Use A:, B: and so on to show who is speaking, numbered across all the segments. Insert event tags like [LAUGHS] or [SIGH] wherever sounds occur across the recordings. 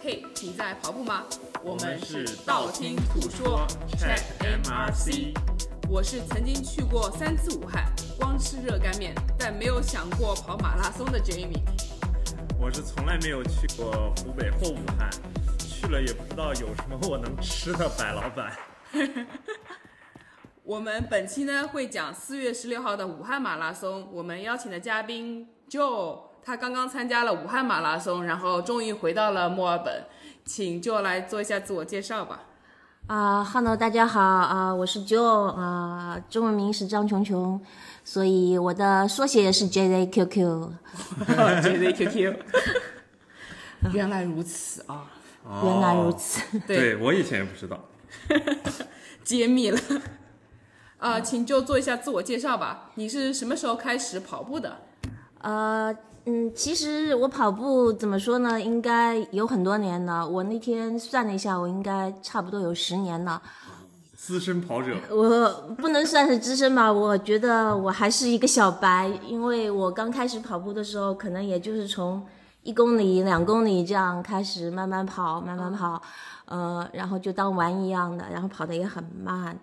A: 嘿，你在跑步吗？我
B: 我
A: 们
B: 们
A: 是
B: 是
A: 道
B: 道
A: 听
B: 听
A: 途
B: 途
A: 说
B: 说
A: Chat
B: Chat
A: MRC
B: MRC。
A: 我是曾经去过三次武汉，光吃热干面，但没有想过跑马拉松的 Jamie。
B: 我是从来没有去过湖北或武汉，去了也不知道有什么我能吃的。白老板，
A: 我们本期呢会讲四月十六号的武汉马拉松，我们邀请的嘉宾 Joe，他刚刚参加了武汉马拉松，然后终于回到了墨尔本，请 Joe 来做一下自我介绍吧。
C: 啊哈喽，大家好啊我是 Joe 啊中文名是张琼琼，所以我的缩写是 JJQQ。
A: JZQQ，原来如此啊，
C: 哦原来如此，
A: 对
B: 我以前也不知道。
A: 揭秘了。 [LAUGHS] 啊、请 Joe 做一下自我介绍吧。你是什么时候开始跑步的？
C: 呃，嗯，其实我跑步怎么说呢，应该有很多年了。我那天算了一下，我应该差不多有十年了。
B: 资深跑
C: 哦
B: 者，
C: 我不能算是资深吧，我觉得我还是一个小白，因为我刚开始跑步的时候，可能也就是从一公里、两公里这样开始慢慢跑，慢慢跑，呃，然后就当玩一样的，然后跑得也很慢。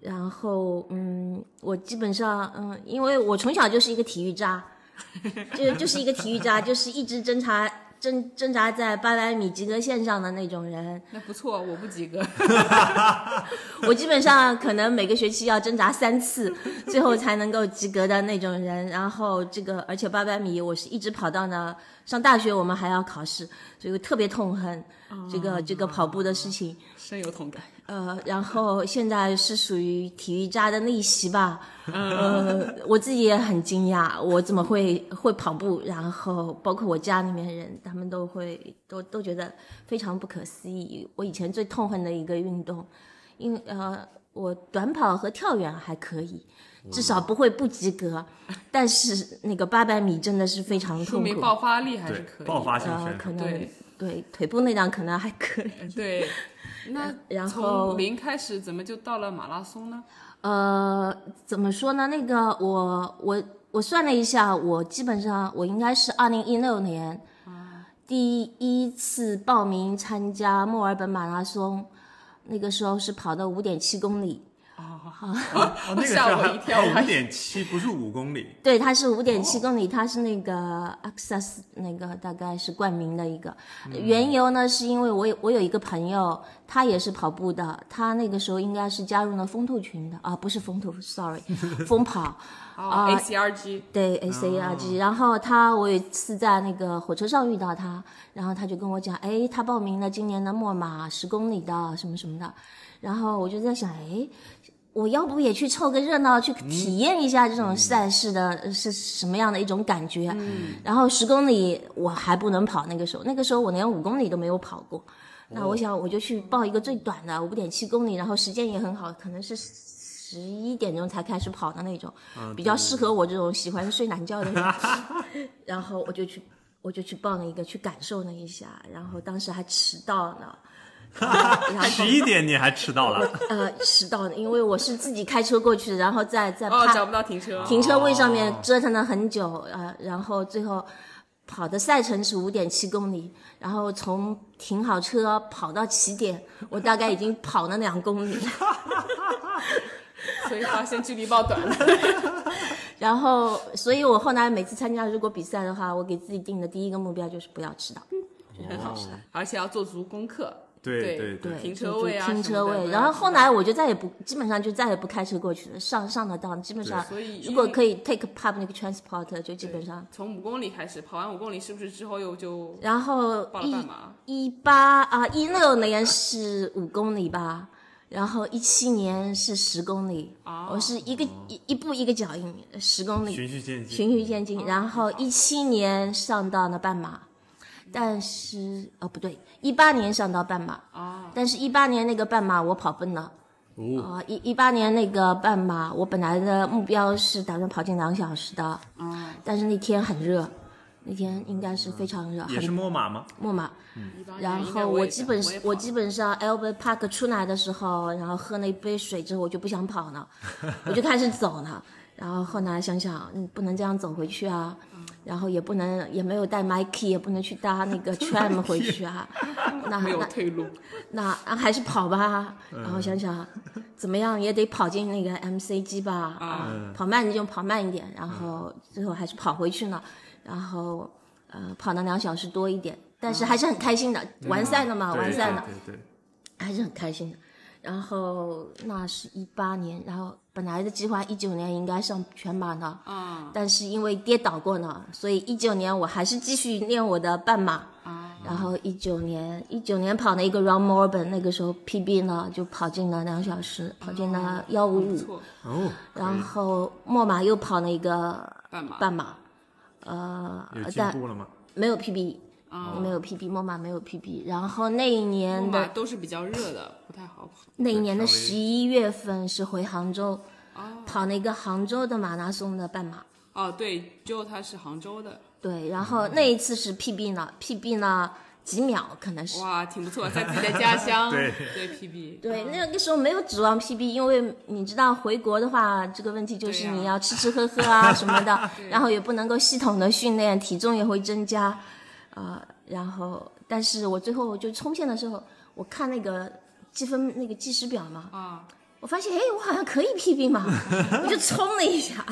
C: 然后，嗯，我基本上，嗯，因为我从小就是一个体育渣， [LAUGHS] 就就是一个体育渣，就是一直挣扎挣挣扎在八百米及格线上的那种人。
A: 那不错，我不及格。 [LAUGHS]
C: [LAUGHS] 我基本上可能每个学期要挣扎三次，最后才能够及格的那种人。然后这个，而且八百米我是一直跑到呢，上大学我们还要考试，所以我特别痛恨这个、这个跑步的事情。
A: 深有同 [LAUGHS] 感。
C: 呃，然后现在是属于体育渣的逆袭吧。呃，我自己也很惊讶，我怎么会会跑步？然后包括我家里面人，他们都会都都觉得非常不可思议。我以前最痛恨的一个运动，因呃，我短跑和跳远还可以，至少不会不及格，但是那个八百米真的是非常
A: 说
C: 痛
A: 明
C: 苦。
A: 爆发力还
B: 对
A: 是可以的。
B: 爆发性哦
C: 呃
B: 选，
C: 可
B: 手，
C: 能
A: 对
C: 对腿部那档可能还可以。
A: [LAUGHS] 对，那
C: 然后
A: 从零开始，怎么就到了马拉松呢？
C: 呃，怎么说呢？那个我我我算了一下，我基本上我应该是二零一六年第一次报名参加墨尔本马拉松，那个时候是跑的五点七公里，
B: 哦那个是
A: 吓我
B: 还
A: 一跳我还
B: 五点七，不是五公里。
C: 对，它是五点七公里，它是那个 Access 那个大概是冠名的一个。呃缘由呢，是因为我有我有一个朋友，他也是跑步的，他那个时候应该是加入了风兔群的啊，不是风兔，sorry，疯跑。
A: 哦，ACRG
C: 对 A C R G，、然后他我有一次在那个火车上遇到他，然后他就跟我讲，哎，他报名了今年的墨马十公里的什么什么的，然后我就在想，哎，我要不也去凑个热闹，
B: 嗯
C: 去体验一下这种赛事的、呃是什么样的一种感觉。
B: 嗯
C: 然后十公里我还不能跑，那个时候，那个时候我连五公里都没有跑过。那
B: 哦
C: 我想我就去报一个最短的五点七公里，然后时间也很好，可能是十一点钟才开始跑的那种，
B: 啊
C: 比较适合我这种喜欢睡懒觉的
B: [LAUGHS]
C: 人。然后我就去，我就去报了一个，去感受了一下，然后当时还迟到
B: [LAUGHS]
C: 呢。然后
B: 十一点你还迟到了，
C: 呃，迟到了，因为我是自己开车过去的，然后在在
A: 哦，
C: 帕
A: 找不到停车，
C: 停车位上面折腾了很久，呃，然后最后跑的赛程是五点七公里，然后从停好车跑到起点，我大概已经跑了 [LAUGHS] 两公里，
A: [LAUGHS] 所以发现距离爆短 [LAUGHS] 了。
C: 然后，所以我后来每次参加如果比赛的话，我给自己定的第一个目标就是不要迟到。
A: 很好吃，而且要做足功课。
B: 对
A: 哦对
B: 对对
A: 停车位啊，
C: 停车
A: 什么
C: 位。
A: 的
C: 然后后来我就再也不，基本上就再也不开车过去了，上上得到，基本上
A: 对所以因为
C: 如果可以 take public transport 就基本上。
A: 从五公里开始跑完五公里，是不是之后又就
C: 然后
A: 报了半马？
C: 一一八啊一六年是五公里吧，然后一七年是十公里，
A: 哦
C: 我是一个一一步一个脚印，十公
B: [LAUGHS]
C: 里
B: 循序渐进，
C: 循序渐
A: 哦
C: 进，然后一七年上到了半马，
A: 嗯
C: 但是哦不对，一八年上到半马，
A: 啊，
C: 但是一八年那个半马我跑崩了。
B: 哦
C: 啊，一一八年那个半马，我本来的目标是打算跑进两小时的，
A: 啊，
C: 但是那天很热，那天应该是非常热，
B: 也是
C: 很
B: 摸马吗？
C: 木马。
A: 18年
C: 然
A: 啊应该
C: 后
A: 我也
C: 基本
A: 也跑
C: 我基本上 Albert Park 出来的时候，然后喝了一杯水之后，我就不想
A: [LAUGHS]
C: 跑了，我就开始走了。然后后来想想，嗯，不能这样走回去啊，然后也不能也没有带 Nike，也不能去搭那
A: [LAUGHS]
C: 个 tram 回去啊，那
A: 没有
C: 那
A: 退路。
C: 那那还是跑吧，然后想想怎么样也得跑进那个 MCG 吧，啊，跑慢就跑慢一点，然后最后还是跑回去呢，然后呃跑了两小时多一点，但是还是很开心的，完赛了嘛，
B: 对
C: 啊完赛了，
B: 对对
C: 还是很开心的。然后那是一八年，然后本来的计划一九年应该上全马的，
A: 啊
C: 但是因为跌倒过呢，所以一九年我还是继续练我的半马。
A: 啊
C: 然后一九年，一九年跑了一个 Round Melbourne，那个时候 PB 呢就跑进了两小时，跑进了幺五
A: 哦不
C: 五。
A: 错，
B: 对哦，
C: 然后墨马又跑了一个
A: 半马
C: 半马，呃
B: 可以有，进
C: 但
B: 步了吗？
C: 没有 PB，、
A: 啊，
C: 没有 PB，墨马没有 PB。然后那一
A: 木
C: 年
A: 马
C: 的
A: 都是比较热的，不太好跑。
C: 那一年的
B: 稍微
C: 十一月份是回杭州，
A: 哦
C: 跑了一个杭州的马拉松的半马。
A: 哦，对，就他是杭州的，
C: 对，然后
B: 嗯
C: 那一次是 PB 呢，PB 呢几秒可能是。
A: 哇，挺不错，在自己的家乡，
B: 对
A: 对 PB，
C: 对，那个时候没有指望 PB，因为你知道回国的话，这个问题就是
A: 对呀
C: 你要吃吃喝喝啊什
A: [LAUGHS]
C: 么的， [LAUGHS] 然后也不能够系统的训练，体重也会增加，呃，然后但是我最后就冲线的时候，我看那个积分那个计时表嘛，
A: 啊，
C: 我发现哎，我好像可以 PB 嘛， [LAUGHS] 我就冲了一下，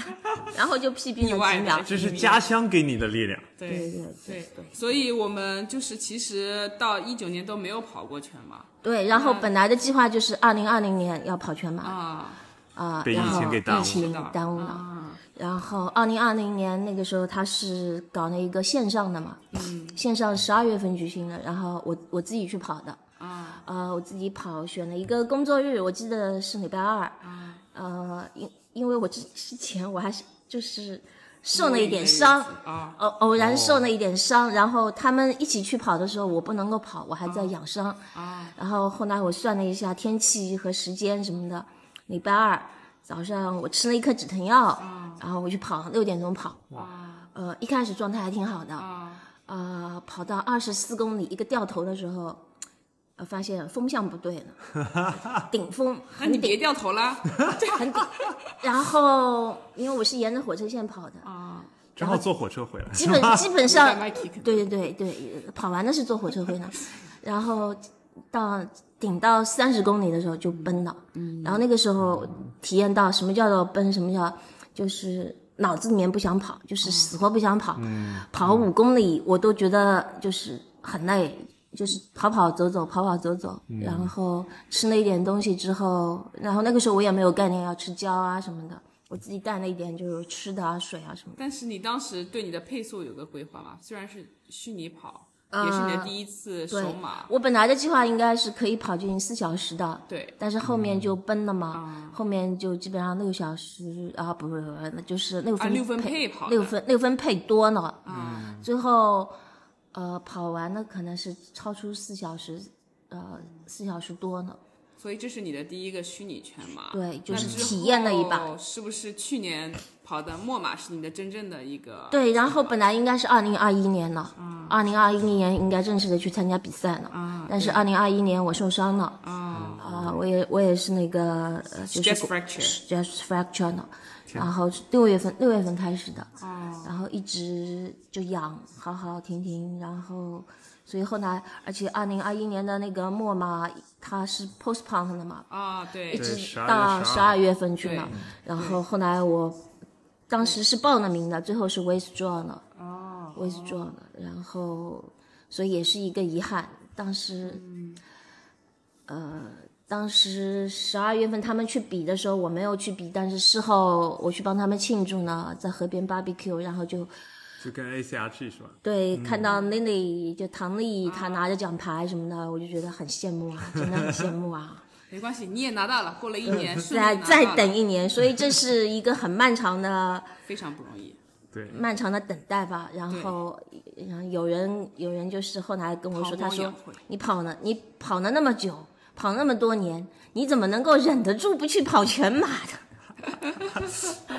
C: 然后就 PB
A: 意
C: 了
A: 外
C: 几
A: 地
C: 秒，
B: 这是家乡给你的力量。
A: 对
C: 对
A: 对所以我们就是其实到一九年都没有跑过全马
C: 对，然
A: 嗯
C: 后本来的计划就是二零二零年要跑全马
A: 啊，
C: 啊，
B: 被疫
C: 然后
B: 情给耽误
C: 疫
A: 知
C: 情
A: 道
C: 耽误了。
A: 啊，
C: 然后二零二零年那个时候他是搞了一个线上的嘛，
A: 嗯
C: 线上十二月份举行的，然后我我自己去跑的，
A: 啊
C: 呃，我自己跑选了一个工作日，我记得是礼拜二，
A: 啊
C: 呃，因因为我之之前我还是就是受了一点伤，
A: 啊，
C: 偶偶哦然受了一点伤，然后他们一起去跑的时候，我不能够跑，我还在
A: 嗯
C: 养伤。
A: 啊
C: 然后后来我算了一下天气和时间什么的，礼拜二早上我吃了一颗止疼药，
A: 嗯
C: 然后我去跑，六点钟跑，呃，一开始状态还挺好的，
A: 啊
C: 呃，跑到二十四公里一个掉头的时候，呃，发现风向不对了，顶峰
A: [LAUGHS] 那你
C: 很
A: 别
C: 顶
A: 掉头
C: [LAUGHS]
A: 啦
C: 很顶，然后因为我是沿着火车线跑的，
A: 啊，
B: 正好坐火车回来，
C: 基本基本
A: [LAUGHS]
C: 上
A: 麦 k
C: 对对对对，跑完的是坐火车回来， [LAUGHS] 然后到顶到三十公里的时候就崩了，然后那个时候体验到什么叫做崩，什么叫就是脑子里面不想跑，就是死活不想跑，跑五公里我都觉得就是很累。就是跑跑走走，跑跑走走，然后吃了一点东西之后，然后那个时候我也没有概念要吃胶啊什么的，我自己带了一点就是吃的啊、水啊什么的。
A: 但是你当时对你的配速有个规划吗？虽然是虚拟跑，也是你的第一次首
C: 呃对
A: 马，，
C: 我本来的计划应该是可以跑进四小时的，
A: 对，啊
C: 但是后面就崩了嘛，后面就基本上六小时啊，不是不是，那就是六分、
A: 啊六分配跑的
C: 六分六分配多呢，嗯
A: 啊
C: 最后呃跑完的可能是超出四小时，呃四小时多呢，
A: 所以这是你的第一个虚拟全马，
C: 对就
A: 那
C: 是
A: 之
C: 体验了一把
A: 后是不是去年跑的墨马是你的真正的一个？
C: 对，然后本来应该是二零二一年呢，
A: 嗯
C: 二零二一年应该正式的去参加比赛呢，
A: 啊
C: 但是二零二一年我受伤了，
A: 啊
C: 啊、我也我也是那个呃，就是
A: Stress fracture
C: stress fracture 呢，然后是六月份六月份开始的，
A: 哦
C: 然后一直就养，好好停停，然后所以后来，而且二零二一年的那个末嘛，它是 postpone 的嘛，
A: 啊，对
C: 一直
B: 12
C: 到
B: 月
C: 十
B: 12
C: 二月份去嘛
A: 对，
C: 然后后来我当时是报了名的，最后是 withdraw 了
A: 哦
C: ，withdraw 了，然后所以也是一个遗憾，当时。当时十二月份他们去比的时候，我没有去比，但是事后我去帮他们庆祝呢，在河边 barbecue，然后就
B: 就跟 ACRG 是吧？
C: 对、看到 Lily 就唐丽她拿着奖牌什么的，我就觉得很羡慕啊，真的很羡慕啊。
A: 没关系，你也拿到了，过了一年，顺利
C: 再
A: 拿
C: 嗯再
A: 到了
C: 等一年，所以这是一个很漫长的、
A: 非常不容易。
B: 对，
C: 漫长的等待吧。然后，然后有人有人就是后来跟我
A: 跑
C: 说，
A: 步
C: 他说
A: 也会
C: 你跑了，你跑了那么久，跑那么多年，你怎么能够忍得住不去跑全马的？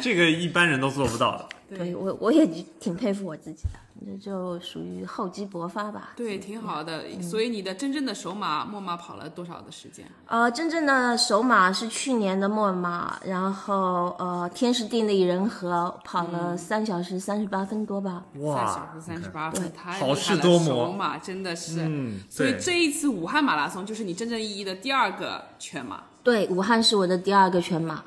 B: 这个一般人都做不到的。
C: 所以我我也挺佩服我自己的，这就属于厚积薄发吧。
A: 对，挺好的。
C: 嗯
A: 所以你的真正的首马墨马跑了多少的时间？
C: 呃，真正的首马是去年的墨尔马，然后呃，天时地利人和跑
A: 嗯
C: 了三小时三十八分多吧。
A: 三
B: 哇
A: 小时三十八分，太
B: 好
A: 厉害
B: 事
A: 了
B: 多磨
A: 首马真的是。
B: 嗯，
A: 所以
B: 对
A: 这一次武汉马拉松就是你真正意义的第二个全马，
C: 对，武汉是我的第二个全马，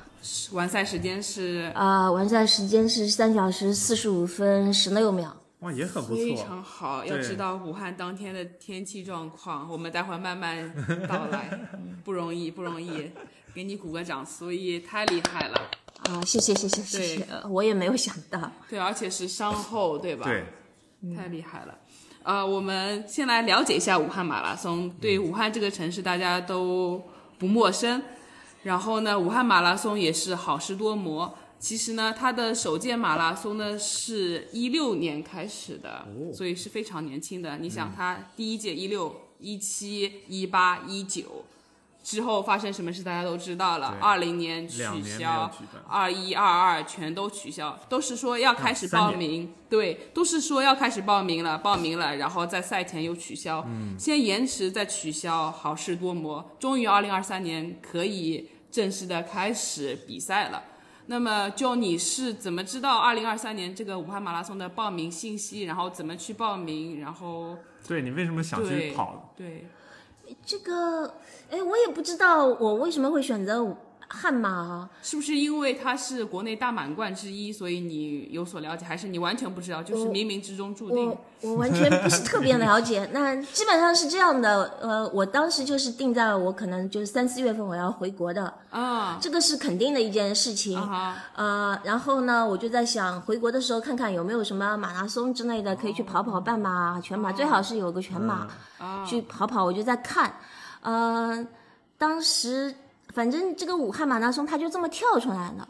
A: 完赛时间是
C: 啊、完赛时间是三小时四十五分十六秒。
B: 哇也很不
A: 非
B: 错，
A: 常好。
B: 对
A: 要知道武汉当天的天气状况，我们待会儿慢慢道
B: [LAUGHS]
A: 来，嗯不容易，不容易。给你鼓个掌，所以太厉害了。
C: 啊、谢谢谢谢谢谢，呃我也没有想到。
A: 对，而且是伤后，对吧？
B: 对，
A: 太厉害了。呃，我们先来了解一下武汉马拉松。对武汉这个城市，大家都不陌生。然后呢，武汉马拉松也是好事多磨。其实呢，它的首届马拉松呢是一六年开始的，
B: 哦
A: 所以是非常年轻的。你想，它第一届一六、一七、一八、一九之后发生什么事，大家都知道了。
B: 对
A: 二零年取
B: 两年没有
A: 消
B: 举，办
A: 二一二二全都取消，都是说要开始
B: 啊三
A: 报
B: 年
A: 名，对，都是说要开始报名了，报名了，然后在赛前又取消，
B: 嗯
A: 先延迟再取消，好事多磨，终于二零二三年可以正式的开始比赛了。那么，就你是怎么知道二零二三年这个武汉马拉松的报名信息，然后怎么去报名，然后
B: 对你为什么想去
A: 对
B: 跑？
A: 对，
C: 这个，哎，我也不知道我为什么会选择武悍马啊。
A: 是不是因为它是国内大满贯之一，所以你有所了解，还是你完全不知道，就是
C: 我
A: 冥冥之中注定
C: 我？我完全不是特别了解。那基本上是这样的，呃，我当时就是定在我可能就是三四月份我要回国的，
A: 啊
C: 这个是肯定的一件事情。
A: 啊哈。
C: 呃，然后呢，我就在想，回国的时候看看有没有什么马拉松之类的，可以去跑跑半马、全马，最好是有个全马、
A: 啊
C: 去跑跑。我就在看，呃，当时反正这个武汉马拉松它就这么跳出来了，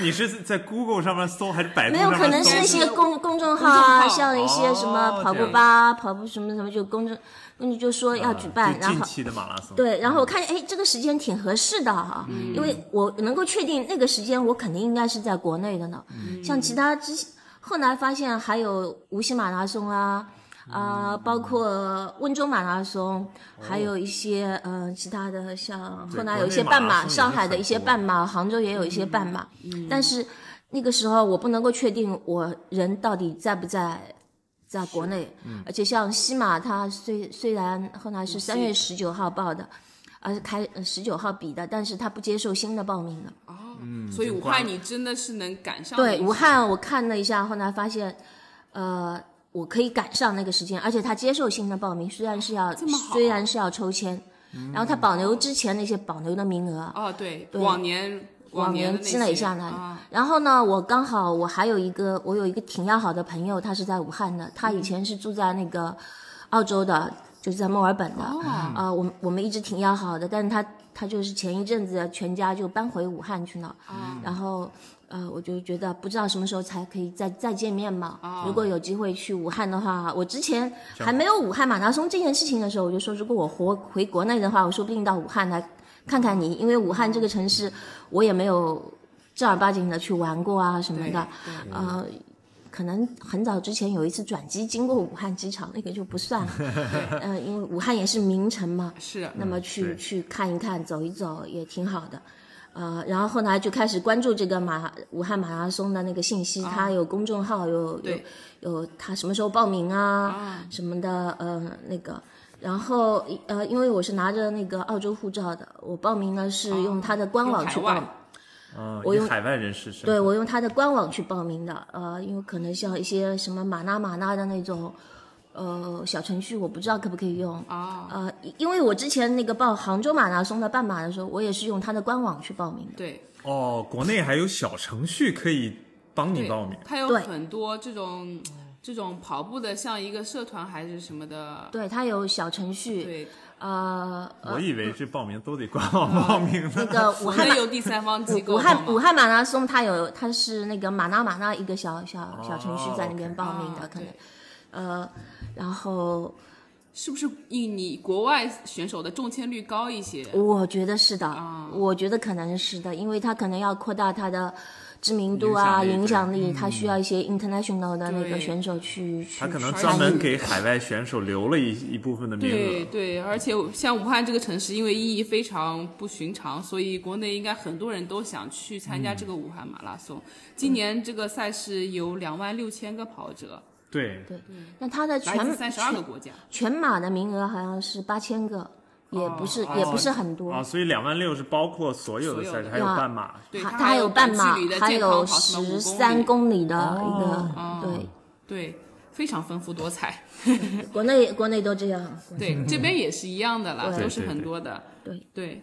B: 你是在 Google 上面搜还是百度
C: 没有
B: 哎上面搜？
C: 可能是那些公公众号啊，
A: 公众号
C: 像一些什么
B: 哦
C: 跑步吧、跑步什么什么，就公众公众就说要举办，
B: 啊就
C: 然
B: 近
C: 后
B: 期的马拉松，
C: 对，然后我看，哎，这个时间挺合适的哈、
B: 嗯
C: 因为我能够确定那个时间，我肯定应该是在国内的呢。
B: 嗯
C: 像其他之前后来发现还有无锡马拉松啊，啊、
B: 嗯
C: 包括温州马拉松，还有一些呃其他的，像
B: 哦对
C: 后来
B: 国
C: 有一
B: 内
C: 些
B: 马
C: 半
B: 拉松
C: 马，
B: 也
C: 上
B: 是
C: 海
B: 很嗯
C: 的一些
B: 多
C: 半马，杭州也有一些半马，但是那个时候我不能够确定我人到底在不在在国内，
A: 嗯
C: 而且像西马，它虽虽然后来是三月十九号报的，而开呃十九号比的，但是它不接受新的报名的。
A: 哦，所以武
B: 关
A: 汉你真的是能赶上
C: 对，
A: 那个
C: 武汉我看了一下，后来发现，呃，我可以赶上那个时间，而且它接受新的报名，虽然是要
A: 这么好嗯
C: 虽然是要抽签，然后它保留之前那些保留的名额。
A: 哦，对，往年
C: 往
A: 年的
C: 年
A: 那
C: 积累
A: 些
C: 下来的
A: 啊，
C: 然后呢，我刚好我还有一个我有一个挺要好的朋友，他是在武汉的，他以前是住在那个澳洲的，就是在墨尔本的。啊、
A: 哦
C: 我们我们一直挺要好的，但是他他就是前一阵子全家就搬回武汉去了，
A: 嗯
C: 然后。呃，我就觉得不知道什么时候才可以再再见面嘛。如果有机会去武汉的话，我之前还没有武汉马拉松这件事情的时候，我就说，如果我活回国内的话，我说不定到武汉来看看你，因为武汉这个城市我也没有正儿八经的去玩过啊什么
A: 对
C: 的，
A: 对
C: 呃，可能很早之前有一次转机经过武汉机场，那个就不算了，呃，因为武汉也是名城嘛，
A: 嗯是
C: 那么去、
B: 对
C: 去看一看、走一走也挺好的。呃，然后后来就开始关注这个马武汉马拉松的那个信息，它有公众号，有有
A: 哦对哦
C: 有它什么时候报名啊什么的，呃，那个。然后呃，因为我是拿着那个澳洲护照的，我报名呢是用它的官
A: 哦用
C: 网
A: 海
C: 去报
A: 外
C: 名。
B: 嗯，
C: 我
B: 以
C: 用
B: 海外人士身份
C: 对我用它的官网去报名的，呃，因为可能像一些什么马拉马拉的那种，呃，小程序我不知道可不可以用，
A: 啊，
C: 呃，因为我之前那个报杭州马拉松的半马的时候，我也是用它的官网去报名的。
A: 对
B: 哦，国内还有小程序可以帮你
A: 对
B: 报名，，
A: 它有
C: 对
A: 很多这种这种跑步的，像一个社团还是什么的，
C: 对，它有小程序，
A: 对， [LAUGHS]
C: 呃，
B: 我以为这报名都得官网报名
C: 那
B: 呢。
C: 个武
A: 我
C: 汉
A: 们有第三方机构
C: 武汉
A: 帮忙
C: 武汉马拉松，它有它是那个马拉马拉一个小小小程序在那边报名的，
A: 啊
C: 可能
A: 哦对
C: 呃，然后
A: 是不是印尼国外选手的中签率高一些？嗯
C: 我觉得是的，我觉得可能是的，因为它可能要扩大它的知名度啊、
B: 影
C: 影
B: 响
C: 响力，他需要一些 international 的那个
A: 嗯对
C: 选手去
B: [LAUGHS]
C: 去
B: 他可能
C: 去
B: 专
C: 参
B: 门
C: 与
B: 给海外选手留了一一部分的名
A: 对
B: 额。
A: 对，而且像武汉这个城市，因为意义非常不寻常，所以国内应该很多人都想去参加这个武汉马拉松。
B: 嗯
A: 今年这个赛事有两万六千个跑者，
B: 对，
C: 那他的
A: 嗯来自
C: 全
A: 三十二个
C: 全
A: 国家。
C: 全马的名额好像是八千个，也不是、
A: 哦
C: 也不是很多。
B: 啊，所以两万六是包括所有的赛事，
A: 所
B: 还有
C: 有的
B: 半马。
A: 对，
C: 它
A: 还
C: 还
A: 有
C: 半马
A: 短距离，的
C: 还
A: 健康
C: 有
A: 跑什么
C: 十
A: 五
C: 三
A: 公里，
C: 公里的一个，
A: 哦
C: 对，
A: 对，非常丰富多彩。
B: [LAUGHS]
C: 国内国内都这样。
A: 对，这边也是一样的啦，
C: 对
A: 都是
B: 对
A: 很
B: 对
A: 多的。
C: 对呃
A: 对，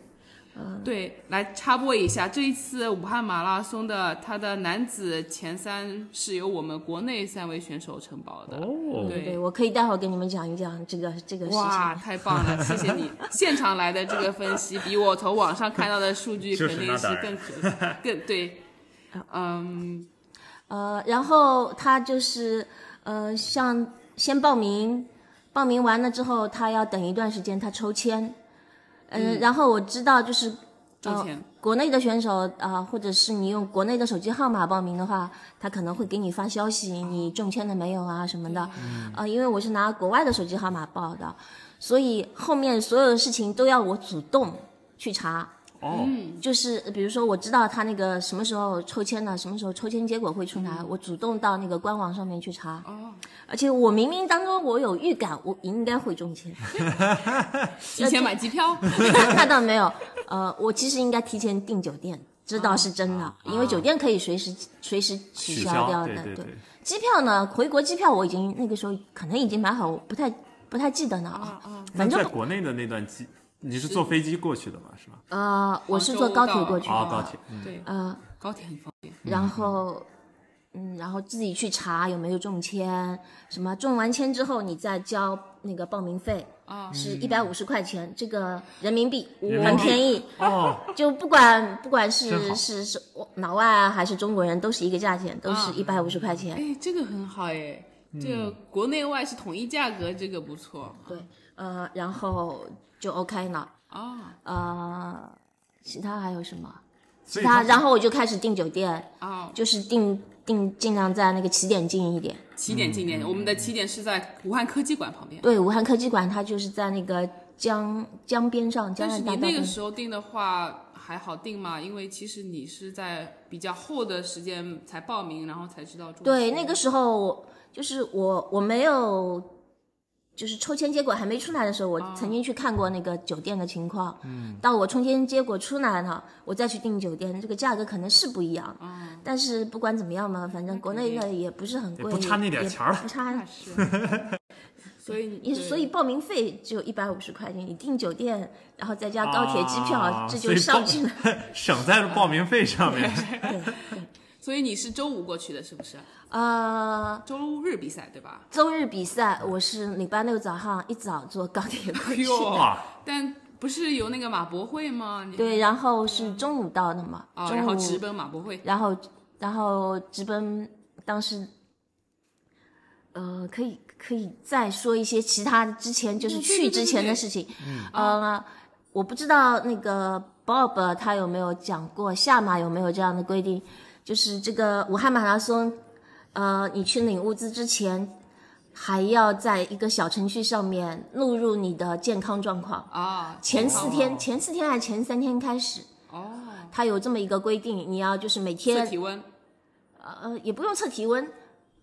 A: 对，来插播一下，这一次武汉马拉松的它的男子前三是由我们国内三位选手承包的。
B: 哦
A: 对
C: 对，我可以待会儿给你们讲一讲这个这个事
A: 哇，
C: 情。
A: 太棒了！谢谢你现场来的这个分析，比我从网上看到的数据
B: 就
A: 肯
B: 是
A: 定
B: 那
A: 是
B: 当然
A: 更可更对。嗯，
C: 呃，然后他就是呃，像先报名，报名完了之后，他要等一段时间，他抽签。嗯，然后我知道就是哦
A: 周钱
C: 国内的选手啊、呃或者是你用国内的手机号码报名的话，他可能会给你发消息，你中签了没有啊什么的。呃，因为我是拿国外的手机号码报的，所以后面所有的事情都要我主动去查。
B: 哦，
C: 就是呃比如说，我知道他那个什么时候抽签了，什么时候抽签结果会出来，我主动到那个官网上面去查。
A: 哦，
C: 而且我冥冥当中我有预感，我应该会中签。
A: 提前买机
C: [LAUGHS]
A: 票，
C: 那倒没有，呃，我其实应该提前订酒店，这倒是真的，因为酒店可以随时随时取
B: 取
C: 消掉
B: 消，
C: 的。
B: 对对，
C: 机票呢，回国机票我已经那个时候可能已经买好，我不太不太记得了啊。
B: 那
C: 反
B: 在
C: 正
B: 国内的那段机，你是坐飞机过去的吗？是吧？
C: 呃，我是坐
A: 杭州
C: 高铁
A: 到
C: 过去的，
B: 啊，高铁。嗯
A: 对，
C: 呃，
A: 高铁很方便。
C: 然后，嗯，然后自己去查有没有中签，什么中完签之后你再交那个报名费，
A: 啊
C: 是一百五十块钱，这个人民币
B: 嗯人
C: 很
B: 民币
C: 便宜， [LAUGHS]
B: 哦，
C: 就不管不管
B: 真好
C: 是是是老外啊还是中国人，都是一个价钱，都是
A: 啊
C: 一百五十块钱。
A: 哎，这个很好哎，
B: 嗯
A: 这国内外是统一价格，这个不错。
C: 对，呃，然后就 OK 了，
A: 啊
C: 呃，其他还有什么？
B: 所
C: 其
B: 以他
C: 他，然后我就开始订酒店，
A: 啊，
C: 就是订订尽量在那个起点近一点。
A: 起
B: 嗯
A: 点起点，我们的起点是在武汉科技馆旁边。
C: 对，武汉科技馆它就是在那个江江边上，江
A: 但是
C: 岸
A: 你
C: 大道
A: 那个
C: 边。
A: 时候定的话还好定吗？因为其实你是在比较后的时间才报名，然后才知道中
C: 对，
A: 签
C: 那个时候就是我我没有，就是抽签结果还没出来的时候，我
A: 啊
C: 曾经去看过那个酒店的情况。嗯。到我抽签结果出来了，我再去订酒店，这个价格可能是不一样。
A: 啊，
C: 但是不管怎么样嘛，反正国内的也不是很
B: 也
C: 贵，
B: 不差那点
C: 也
B: 钱儿了
C: 不差
A: [LAUGHS] 那。是。所以
C: [LAUGHS] 也
A: 你
C: 所以报名费只有一百五十块钱，你订酒店，然后再加高铁机票，
B: 啊
C: 这
B: 所
C: 就
B: 以
C: 上
B: 报
C: 去了。 [LAUGHS]
B: 省在了报名费上面。
A: 所以你是周五过去的，是不是？
C: 呃，
A: 周日比赛对吧？
C: 周日比赛，我是礼拜六早上一早坐高铁过去
A: 哟
C: 的，
B: 哇，
A: 但不是有那个马博会吗？你
C: 对，然后是中午到的嘛，
A: 啊，
C: 中午，
A: 然后直奔马博会。
C: 然后然后直奔，当时，呃，可以可以再说一些其他之前就
A: 嗯
C: 是
A: 对
C: 去
A: 对对嗯
C: 之
A: 对
C: 前
A: 对
C: 的事情，呃，我不知道那个 Bob 他有没有讲过下马有没有这样的规定，就是这个武汉马拉松，呃，你去领物资之前。还要在一个小程序上面录入你的健康状况，
A: 啊，
C: 前四天、
B: 哦
C: 前四天还是前三天开始，
A: 哦，
C: 它有这么一个规定，你要就是每
A: 测
C: 天
A: 体温
C: 呃也不用测体温，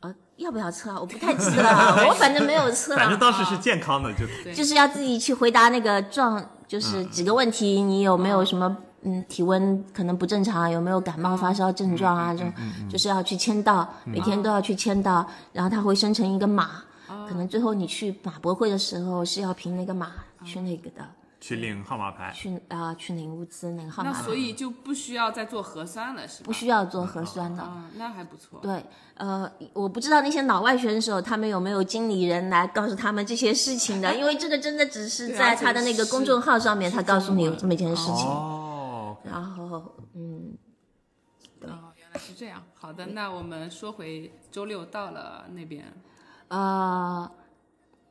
C: 呃要不要测啊？我不太记得了
A: [LAUGHS]
C: 啊，我反正没有测啊，
B: 反正当时是健康的，就
C: 就是要自己去回答那个状，就是
B: 嗯
C: 几个问题，你有没有什
A: 哦
C: 么嗯体温可能不正常，啊有没有感冒发烧症状啊？
B: 嗯
C: 这种就是要去签到，每天都要去签到，然后它会生成一个码，
A: 哦
C: 可能最后你去马博会的时候是要凭那个码去那个的，
B: 去领号码牌。
C: 去啊、去领物资那个号
A: 那
C: 码的，
A: 所以就不需要再做核酸了，是吧？
C: 不需要做核酸的。
A: 啊，那还不错。
C: 对，呃，我不知道那些老外选手他们有没有经理人来告诉他们这些事情的，因为这个真的只是
A: 哎对而
C: 在
A: 且
C: 他的那个
A: 是
C: 公众号上面，
A: 是
C: 他告诉你有
A: 中文
C: 这么一件事情。
B: 哦，
C: 然后，嗯，
A: 哦，原来是这样。好的，那我们说回周六到了那边，
C: 呃，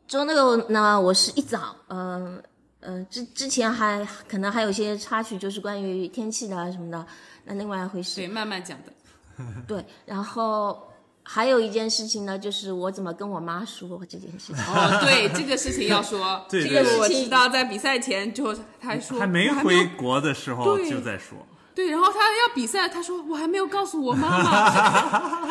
C: 周六呢，我是一早，嗯、呃，之之前还可能还有一些插曲，就是关于天气的啊什么的，那另外一回事
A: 对，。慢慢讲的。
C: 对，然后还有一件事情呢，就是我怎么跟我妈说这件事情。
A: 哦，对，这个事情要说，
B: [LAUGHS] 对
A: 这个
B: 对
A: 我
C: 对
A: 知道，在比赛前就他说
B: 还没
A: 我
B: 回国的时候
A: 对
B: 就在说，
A: 对，然后他要比赛，他说我还没有告诉我妈妈， [LAUGHS]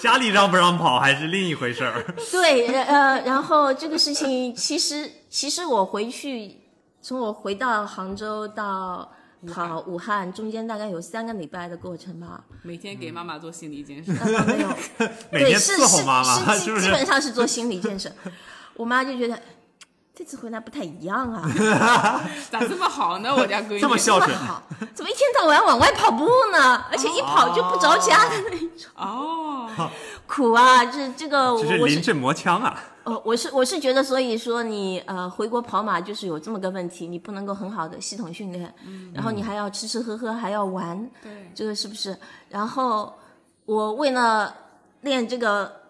B: 家里让不让跑还是另一回事
C: [LAUGHS]
B: 儿。
C: 对，呃，然后这个事情其实其实我回去，从我回到杭州到跑武汉，中间大概有三个礼拜的过程吧，
A: 每天给妈妈做心理建设。
C: 大概没有，
B: [LAUGHS] 每天
C: 对，是
B: 伺候妈妈，[LAUGHS]
C: 是
B: 是
C: 是
B: 不
C: 基
B: 是？
C: 本上是做心理建设。我妈就觉得这次回来不太一样啊，
A: 咋这么好呢？我家闺女
B: 这么孝
C: [LAUGHS] 这
B: 顺
C: 么好，怎么一天到晚往外跑步呢？而且一跑就不着家
B: 啊
C: 的那种，
A: 哦，
C: 苦啊！这这个我
B: 只是
C: 我
B: 临
C: 是
B: 阵磨枪啊。
C: 呃我是我是觉得，所以说你呃回国跑马就是有这么个问题，你不能够很好的系统训练，然后你还要吃吃喝喝，还要玩，
A: 对，
C: 这个是不是？然后我为了练这个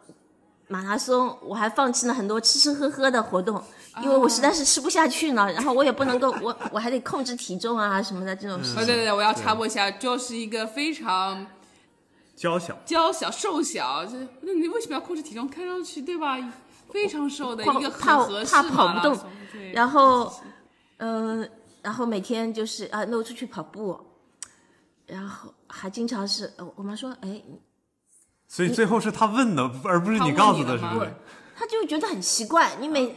C: 马拉松，我还放弃了很多吃吃喝喝的活动，因为我实在是吃不下去了。然后我也不能够，我我还得控制体重啊什么的这种事
A: 哦，对
C: 情。
A: 对对，我要插播一下，就是一个非常
B: 娇小，
A: 娇小、瘦小，就是那你为什么要控制体重？看上去对吧，非常瘦的
C: 怕
A: 一个很合适
C: 怕跑不
A: 马
C: 动
A: 拉松，对
C: 然后
A: [LAUGHS]
C: 嗯、然后每天就是啊露出去跑步，然后还经常是呃我妈说，哎，
B: 所以最后是他问的，而不是
A: 他
B: 你
A: 问
B: 告
A: 你
B: 诉
A: 的
B: 的，是
A: 吗
B: 不是？
C: 她就觉得很奇怪，你每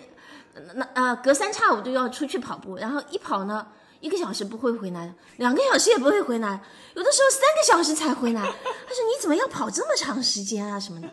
C: 那呃隔三差五就要出去跑步，然后一跑呢。一个小时不会回来，两个小时也不会回来，有的时候三个小时才回来。她说：“你怎么要跑这么长时间啊什么的？”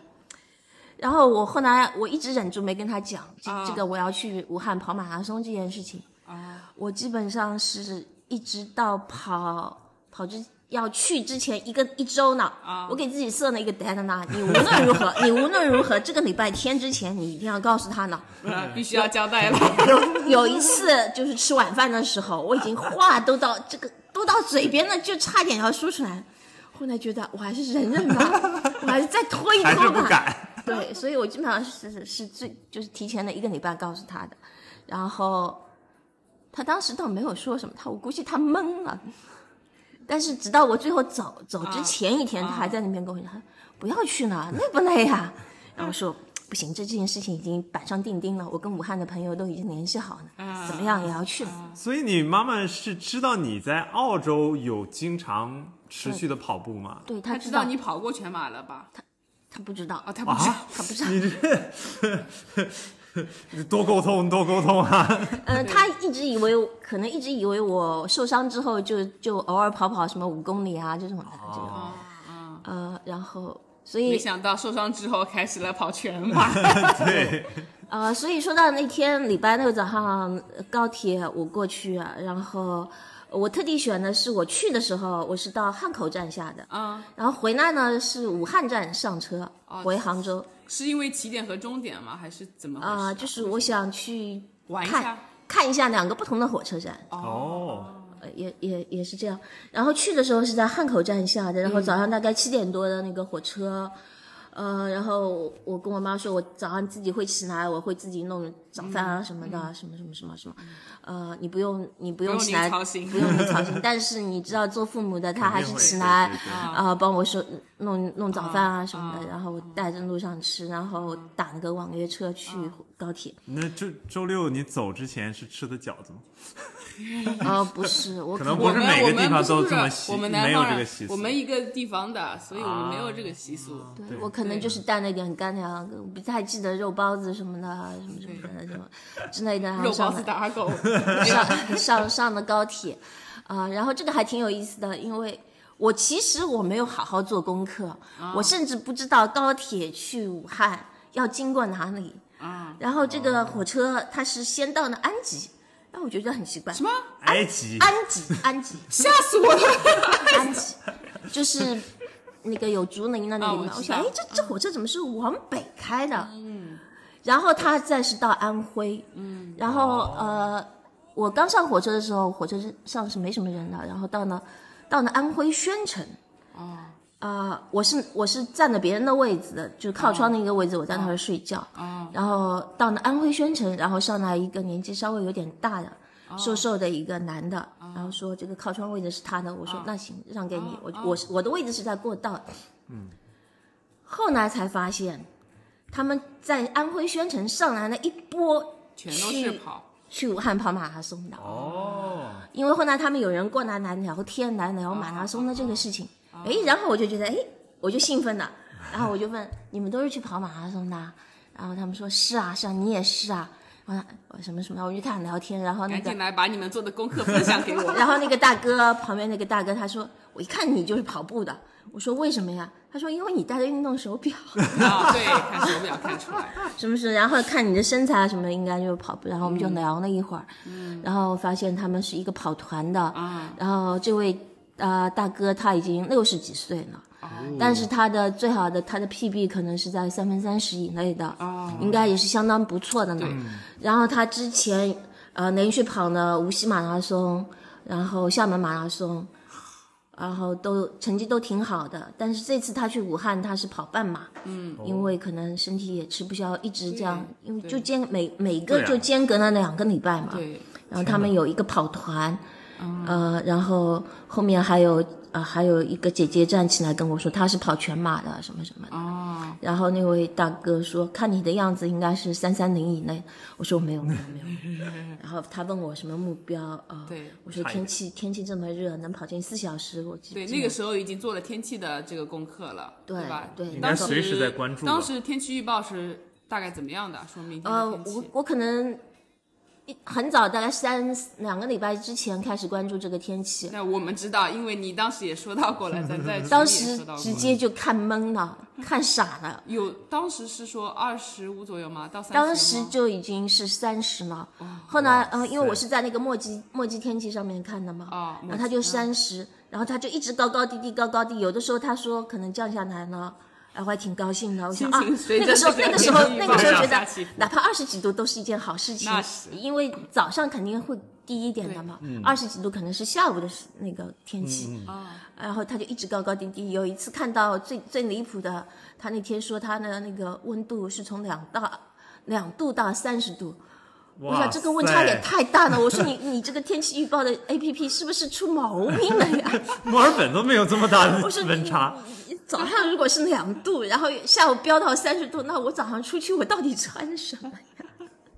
C: [LAUGHS] 然后我后来我一直忍住没跟她讲这、
A: 啊
C: 这个我要去武汉跑马拉松这件事情。
A: 啊，
C: 我基本上是一直到跑跑之要去之前一个一周呢，
A: 啊
C: 我给自己设了一个 deadline，你无论如何，你无论如何，这个礼拜天之前你一定要告诉他呢。
A: 啊必
C: 哎
A: 须要交代
C: [LAUGHS]
A: 了。
C: 有有一次就是吃晚饭的时候，我已经话都到这个都到嘴边了，就差点要说出来。后来觉得我还是忍忍吧，我还是再拖一
B: 还是
C: 拖
B: 不
C: 吧。
B: 敢。
A: [LAUGHS]
C: 对，所以我基本上是是最就是提前的一个礼拜告诉他的，然后他当时倒没有说什么，他我估计他懵了，但是直到我最后走走之前一天，
A: 啊
C: 他还在那边跟我讲，不要去了，累不累呀、
A: [LAUGHS]
C: 然后我说不行，这件事情已经板上钉钉了，我跟武汉的朋友都已经联系好了，
A: 啊
C: 怎么样也要去了。
B: 所以你妈妈是知道你在澳洲有经常持续的跑步
C: [LAUGHS]
B: 吗？
C: 对
A: 他
C: 他
A: 知
C: 知
A: 道
C: 道，
A: 你跑过全马了吧？
C: 他不知道
A: 啊，，他不知道。
B: 啊，
C: 他不 [LAUGHS] 知道。
B: [LAUGHS] 多沟通，多沟通啊！
C: 嗯，他一直以为可能一直以为我受伤之后就就偶尔跑跑什么五公里啊这种的这种，
A: 啊啊！
C: 呃，然后所
A: 没
C: 以
A: 想到受伤之后开始了跑全
C: [LAUGHS]
A: 马，
B: 对，
C: 呃，所以说到那天礼拜六早上呃高铁我过去，然后我特地选的是我去的时候我是到汉口站下的，
A: 啊，
C: 然后回来呢是武汉站上车回杭州，
A: 哦是因为起点和终点吗？还是怎么回事？
C: 啊、就是我想去
A: 玩一
C: 看
A: 下。
C: 看一下两个不同的火车站。
B: 哦，
C: 呃也也也是这样。然后去的时候是在汉口站下的，然后早上大概七点多的那个火车，呃，然后我我跟我妈说，我早上自己会起来，我会自己弄早饭啊什么的，什么什么什么什么，呃，你不用你不
A: 不
C: 用
A: 用
C: 起
A: 您
C: 来，
A: 操心，
C: 不用你操心。但是你知道，做父母的他还
B: 肯
C: 是
B: 定会
C: 起来。
B: 对对对
A: 啊
C: 呃，帮我收弄弄早饭啊什么
A: 啊
C: 的，然后我带着路上吃，然后打那个网约车去高铁。
B: 那周周六你走之前是吃的饺子吗？
C: 哦，不是，我
B: 可能
A: 我
B: 不是
A: 们
B: 每个
A: 我们
B: 地方
A: 不是
B: 都
A: 不是
B: 这么习
A: 我们
B: 没
A: 南
B: 有
A: 方
B: 这个
A: 人
B: 习，俗啊
A: 我们一个地方的，所以我们没有这个习俗。
C: 对我可能就是
A: 啊
C: 带了一点干粮，不太记得肉包子什么的，啊什么什么的，什么之类的。然后
A: 肉包
C: 上
A: 子
C: 了
A: 打
C: [LAUGHS]
A: 狗，
C: 上上上的高铁，啊、然后这个还挺有意思的，因为我其实我没有好好做功课，
A: 啊
C: 我甚至不知道高铁去武汉要经过哪里。
A: 啊，
C: 然后这个火车它是先到了安吉，然后我觉得很奇怪，
A: 什么？
C: 哎
B: 埃及
C: 安吉
A: [LAUGHS]
C: 安吉
A: 吓死我
C: [LAUGHS]
A: 了！
C: 安吉，就是那个有竹林的那个地
A: 啊我
C: 方。我
A: 知道
C: 想，哎，这这火车怎么是往北开的？嗯，然后它再是到安徽，嗯，然后呃，我刚上火车的时候，火车上是没什么人的，然后到呢，到了安徽宣城。
A: 哦
C: 啊、我是我是占了别人的位置的，就是靠窗的一个位置，我在那儿睡觉。
A: 哦
C: 然后到了安徽宣城，然后上来一个年纪稍微有点大的、瘦瘦的一个男的，然后说这个靠窗位置是他的，我说、那行让给你，我我是我的位置是在过道，后来才发现，他们在安徽宣城上来了一波
A: 全都是跑。
C: 去武汉跑马拉松的，
B: 哦，
C: 因为后来他们有人过来来聊天，来聊马拉松的这个事情，哎，然后我就觉得，哎，我就兴奋了，然后我就问你们都是去跑马拉松的啊，然后他们说是啊，是啊，你也是啊，我说我什么什么，我就看聊天，然后那
A: 赶
C: 个
A: 紧来把你们做的功课分享给我。 [LAUGHS]
C: 然后那个大哥旁边那个大哥他说：“我一看你就是跑步的。”我说：“为什么呀？”他说：“因为你戴着运动手表， [LAUGHS]
A: 啊，对，看手表看出来。
C: 是不是？然后看你的身材啊什么，应该就是跑步。”然后我们就聊了一会儿，然后发现他们是一个跑团的。
A: 啊
C: 然后这位呃大哥他已经六十几岁了，
A: 哦
C: 但是他的最好的他的 PB 可能是在三分三十以内的。
A: 哦，
C: 应该也是相当不错的呢。然后他之前呃连续跑了无锡马拉松，然后厦门马拉松，然后都成绩都挺好的。但是这次他去武汉，他是跑半马，嗯，因为可能身体也吃不消，一直这样，
A: 对
C: 因为
A: 对
C: 就间每每个
B: 对啊
C: 就间隔了两个礼拜嘛。
A: 对，
C: 然后他们有一个跑团，呃，然后后面还有啊、呃还有一个姐姐站起来跟我说，她是跑全马的，什么什么的。
A: 哦，
C: 然后那位大哥说：“看你的样子，应该是三三零以内。”我说：“没有，没有，没有。”
A: [LAUGHS]
C: 然后他问我什么目标啊、呃
A: 对
C: 我说：“天气天气这么热，能跑进四小时，我记
A: 对，
C: 记
A: 那个
C: 得
A: 时候已经做了天气的这个功课了，
C: 对
A: 吧？
C: 对应
B: 该
A: 当时
B: 随时在关注了
A: 当时天气预报是大概怎么样的？说明天
C: 呃，
A: 的天
C: 我
A: 气。
C: 我可能一很早，大概三两个礼拜之前开始关注这个天气，
A: 那我们知道，因为你当时也说到过了，咱在群里也
C: 当时
A: 说到过
C: 直接就看懵了，看傻了。
A: 有，当时是说二十五左右吗？哦到三
C: 当时就已经是三十了，后来嗯、呃因为我是在那个墨迹墨迹天气上面看的嘛，
A: 啊，
C: 然后他就三十，然后他就一直高高低低，高高低。有的时候他说可能降下来了，然后还挺高兴的。我想
A: 心
C: 啊
A: 情，随
C: 那
A: 着
C: 个时候
A: 这
C: 那
A: 个
C: 个时候
A: 天气
C: 那个时候
A: 预报
C: 觉
A: 下
C: 得
A: 起伏
C: 哪怕二十几度都是一件好事情
A: 那是，
C: 因为早上肯定会低一点的嘛。二十几度可能是下午的时那个天气，
A: 啊，
C: 然后他就一直高高低低。有一次看到最最离谱的，他那天说他的那个温度是从两到两度到三十度。我
B: 哇
C: 想
B: 塞，
C: 这个温差也太大了，我说你你这个天气预报的 A P P 是不是出毛病了呀？
B: 墨尔本都没有这
A: [LAUGHS]
B: 么大的
C: 我说
B: 温
C: 你
B: 差，
C: 你早上如果是两度，然后下午飙到三十度，那我早上出去我到底穿什么呀？ [LAUGHS]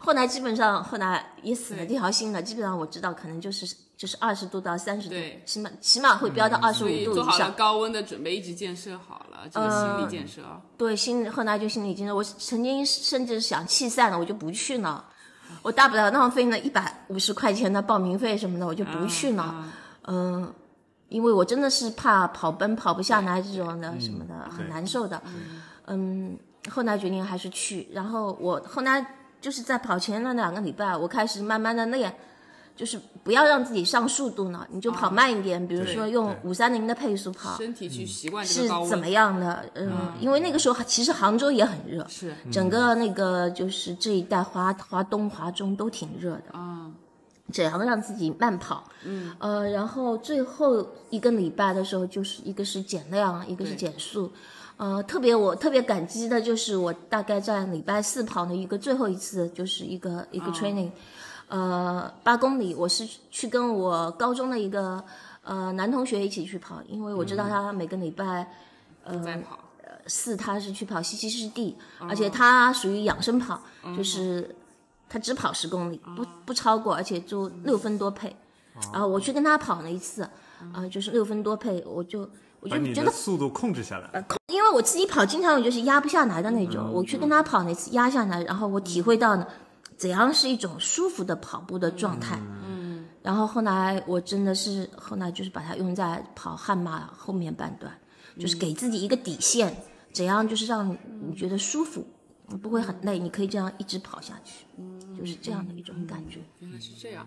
C: 后来基本上后来也死了
A: 对
C: 这条心了，基本上我知道可能就是就是二十度到三十度
A: 对，嗯
C: 起码起码会飙到二十五
A: 所以
C: 度
A: 做
C: 以
A: 好
C: 上嗯
A: 了。高温的准备，一直建设好了这个心理建设啊。
C: 对，心后来就心里经常，我曾经甚至想弃赛了，我就不去了。我大不了浪费那一百五十块钱的报名费什么的，我就不去了。
A: 啊
C: 嗯，因为我真的是怕跑奔跑不下来这种的什么的，
B: 嗯
C: 很
B: 对
C: 难受的。嗯，后来决定还是去，然后我后来就是在跑前那两个礼拜，我开始慢慢的练，就是不要让自己上速度呢，你就跑慢一点，比如说
B: 对
C: 用
B: 对
C: 五三零的配速跑
A: 啊身体去习惯这
C: 嗯是
A: 个高温
C: 怎么样的？嗯，因为那个时候其实杭州也很热，
A: 是
C: 整个那个就是这一带华华东、华中都挺热的。
A: 啊，
C: 怎样让自己慢跑，嗯，呃，然后最后一个礼拜的时候，就是一个是减量，一个是
A: 对
C: 减速，呃，特别我特别感激的就是我大概在礼拜四跑的一个最后一次，就是一个一个
A: 啊
C: training，、呃，八公里，我是去跟我高中的一个呃男同学一起去跑，因为我
A: 嗯
C: 知道他每个礼拜嗯
A: 都在跑。
C: 四他是去跑西溪湿地，而且他属于养生跑，就是他只跑十公里，不不超过，而且就六分多配。然后我去跟他跑了一次，啊、就是六分多配，我就我
B: 把
C: 就
B: 你
C: 觉
B: 的
C: 得，
B: 速度控制下来。
C: 因为我自己跑经常我就是压不下来的那
A: 嗯
C: 种，我去跟他跑那次压下来，然后我体会到呢，怎样是一种舒服的跑步的状态。
A: 嗯，
C: 然后后来我真的是后来就是把它用在跑悍马后面半段，
A: 嗯
C: 就是给自己一个底线，怎样就是让你觉得舒服，不会很累，你可以这样一直跑下去，
A: 嗯
C: 就是这样的一种感觉。
A: 原来是这样。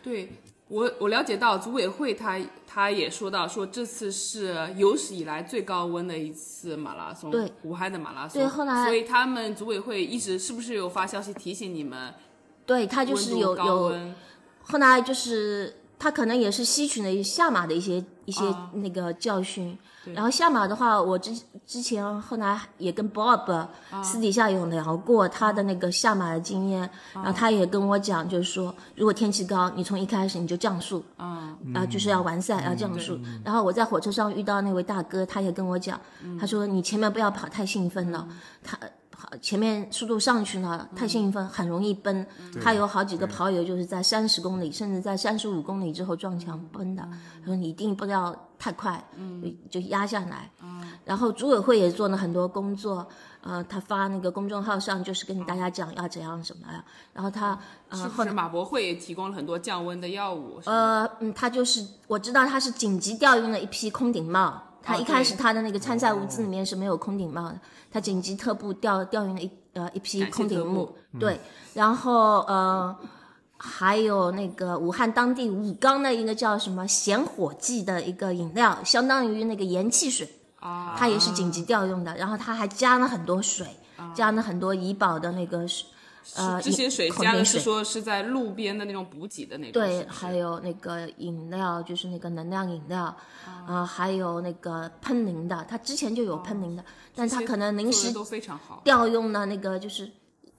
A: 对我，我了解到组委会他他也说到说这次是有史以来最高温的一次马拉松，
C: 对
A: 武汉的马拉松。
C: 对后来
A: 所以他们组委会一直是不是有发消息提醒你们
C: 对他
A: 温
C: 就
A: 度
C: 是有
A: 高
C: 有
A: 温？
C: 后来就是他可能也是吸取了一下马的一些一些
A: 啊
C: 那个教训。
A: 对
C: 然后下马的话，我之之前后来也跟 Bob
A: 啊
C: 私底下有聊过他的那个下马的经验，然后他也跟我讲，就是说如果天气高，你从一开始你就降速，
A: 啊
C: 啊、就是要完赛，要降速。然后我在火车上遇到那位大哥，他也跟我讲，他说你前面不要跑太兴奋了，他跑前面速度上去了，太兴奋很容易崩。他有好几个跑友就是在三十公里，甚至在三十五公里之后撞墙崩的。他说你一定不要太快，就就压下来。然后组委会也做了很多工作，呃，他发那个公众号上就是跟大家讲要怎样什么呀，然后他呃
A: 是
C: 后
A: 不
C: 来
A: 是马博会也提供了很多降温的药物？是吗，
C: 呃，嗯，他就是我知道他是紧急调运了一批空顶帽。他
A: 哦
C: 一开
A: 对哦
C: 始他的那个参赛物资里面是没有空顶帽的，他紧急特步调调运了一呃一批
A: 感谢
C: 空
A: 特
C: 顶
A: 步嗯
C: 帽，对，然后呃还有那个武汉当地武冈的一个叫什么咸火剂的一个饮料，相当于那个盐汽水，
A: 啊，
C: 它也是紧急调用的，然后它还加了很多水，加了很多怡宝的那个水，呃
A: 啊这些水
C: 孔
A: 加的
C: 明
A: 是
C: 水
A: 说是在路边的那种补给的那种，
C: 对
A: 是，不是
C: 还有那个饮料，就是那个能量饮料，啊、还有那个喷淋的，它之前就有喷淋的，但它
A: 哦这些
C: 可能临
A: 做得
C: 时
A: 都非常好。
C: 调用了那个就是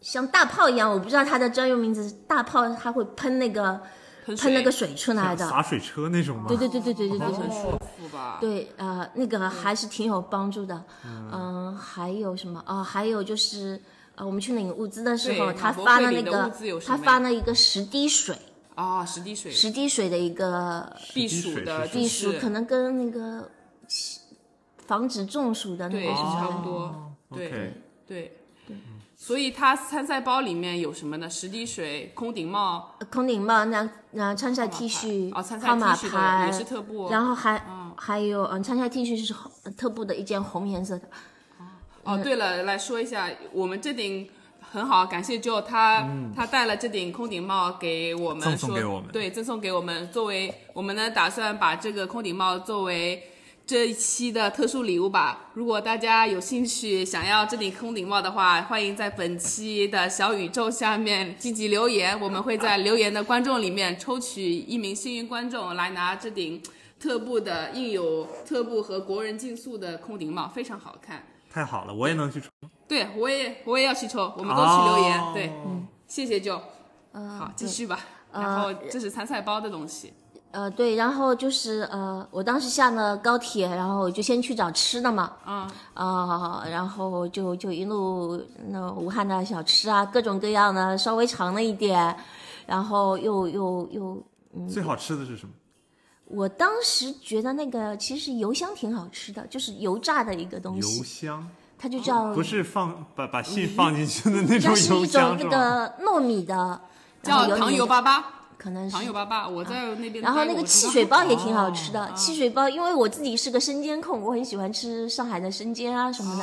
C: 像大炮一样，我不知道它的专用名字，大炮它会喷那个
A: 喷
C: 喷那个
A: 水
C: 水出来的，
B: 洒水车那种吗？
C: 对对对对对对对
A: 很
C: 对。
A: 舒服吧？
C: 对，呃，那个还是挺有帮助的。嗯、还有什么？哦，还有就是，呃，我们去领物资的时候，
A: 对
C: 他
A: 马博
C: 发
A: 会
C: 了那
A: 领的
C: 个
A: 物资有，什
C: 他
A: 么呀
C: 发了一个十滴水，
A: 啊，十滴水
C: 十滴水的一个
A: 避
B: 滴
A: 暑
B: 水
A: 的
B: 是
A: 就
C: 避暑
A: 是
C: 可能跟那个防止中暑的那
A: 对哦
C: 个
A: 是
C: 什
A: 差不
C: 么，
A: 多，对
B: OK
A: 对。所以它参赛包里面有什么呢？十滴水、空顶帽、
C: 呃空顶帽、那那参赛 T 恤、
A: 哦，参赛
C: 跨马
A: T 恤的
C: 牌
A: 也，是特步，
C: 然后还、还有嗯，参赛 T 恤是红呃特步的一件红颜色的，
A: 哦，对了，来说一下，我们这顶很好，感谢 Joe，他、他带了这顶空顶帽给我们
B: 嗯赠送
A: 说
B: 给我们
A: 对，赠送给我们，作为我们呢打算把这个空顶帽作为。这一期的特殊礼物吧，如果大家有兴趣想要这顶空顶帽的话，欢迎在本期的小宇宙下面积极留言，我们会在留言的观众里面抽取一名幸运观众来拿这顶特步的印有特步和国人竞速的空顶帽，非常好看。
B: 太好了，我也能去抽。
A: 对我也我也要去抽，我们都去留言。
B: 哦
A: 对，谢谢舅。
C: 嗯、
A: 好，继
C: 对
A: 续吧。
C: 呃
A: 然后这是参赛包的东西，
C: 呃，对，然后就是呃，我当时下了高铁，然后我就先去找吃的嘛，
A: 嗯，
C: 啊、然后就就一路那武汉的小吃啊，各种各样的，稍微尝了一点，然后又又又，
B: 最好吃的是什么？
C: 我当时觉得那个其实油香挺好吃的，就是油炸的一个东
B: 油
C: 西，
B: 香，哦
C: 它就叫、
B: 不是放把把信放进去的那种
C: 哦嗯它是
B: 油
C: 一种
B: 香
C: 那
B: 是吧？
C: 个糯米的，然后
A: 叫
C: 有
A: 糖
C: 里面
A: 油
C: 的
A: 粑粑，
C: 可能是啊
A: 糖油哦粑粑。我在那边待过，
C: 然后那个
A: 我知
C: 汽
A: 道
C: 水包也挺好吃的，汽水包，因为我自己是个生煎控，我很喜欢吃上海的生煎啊什么
A: 哦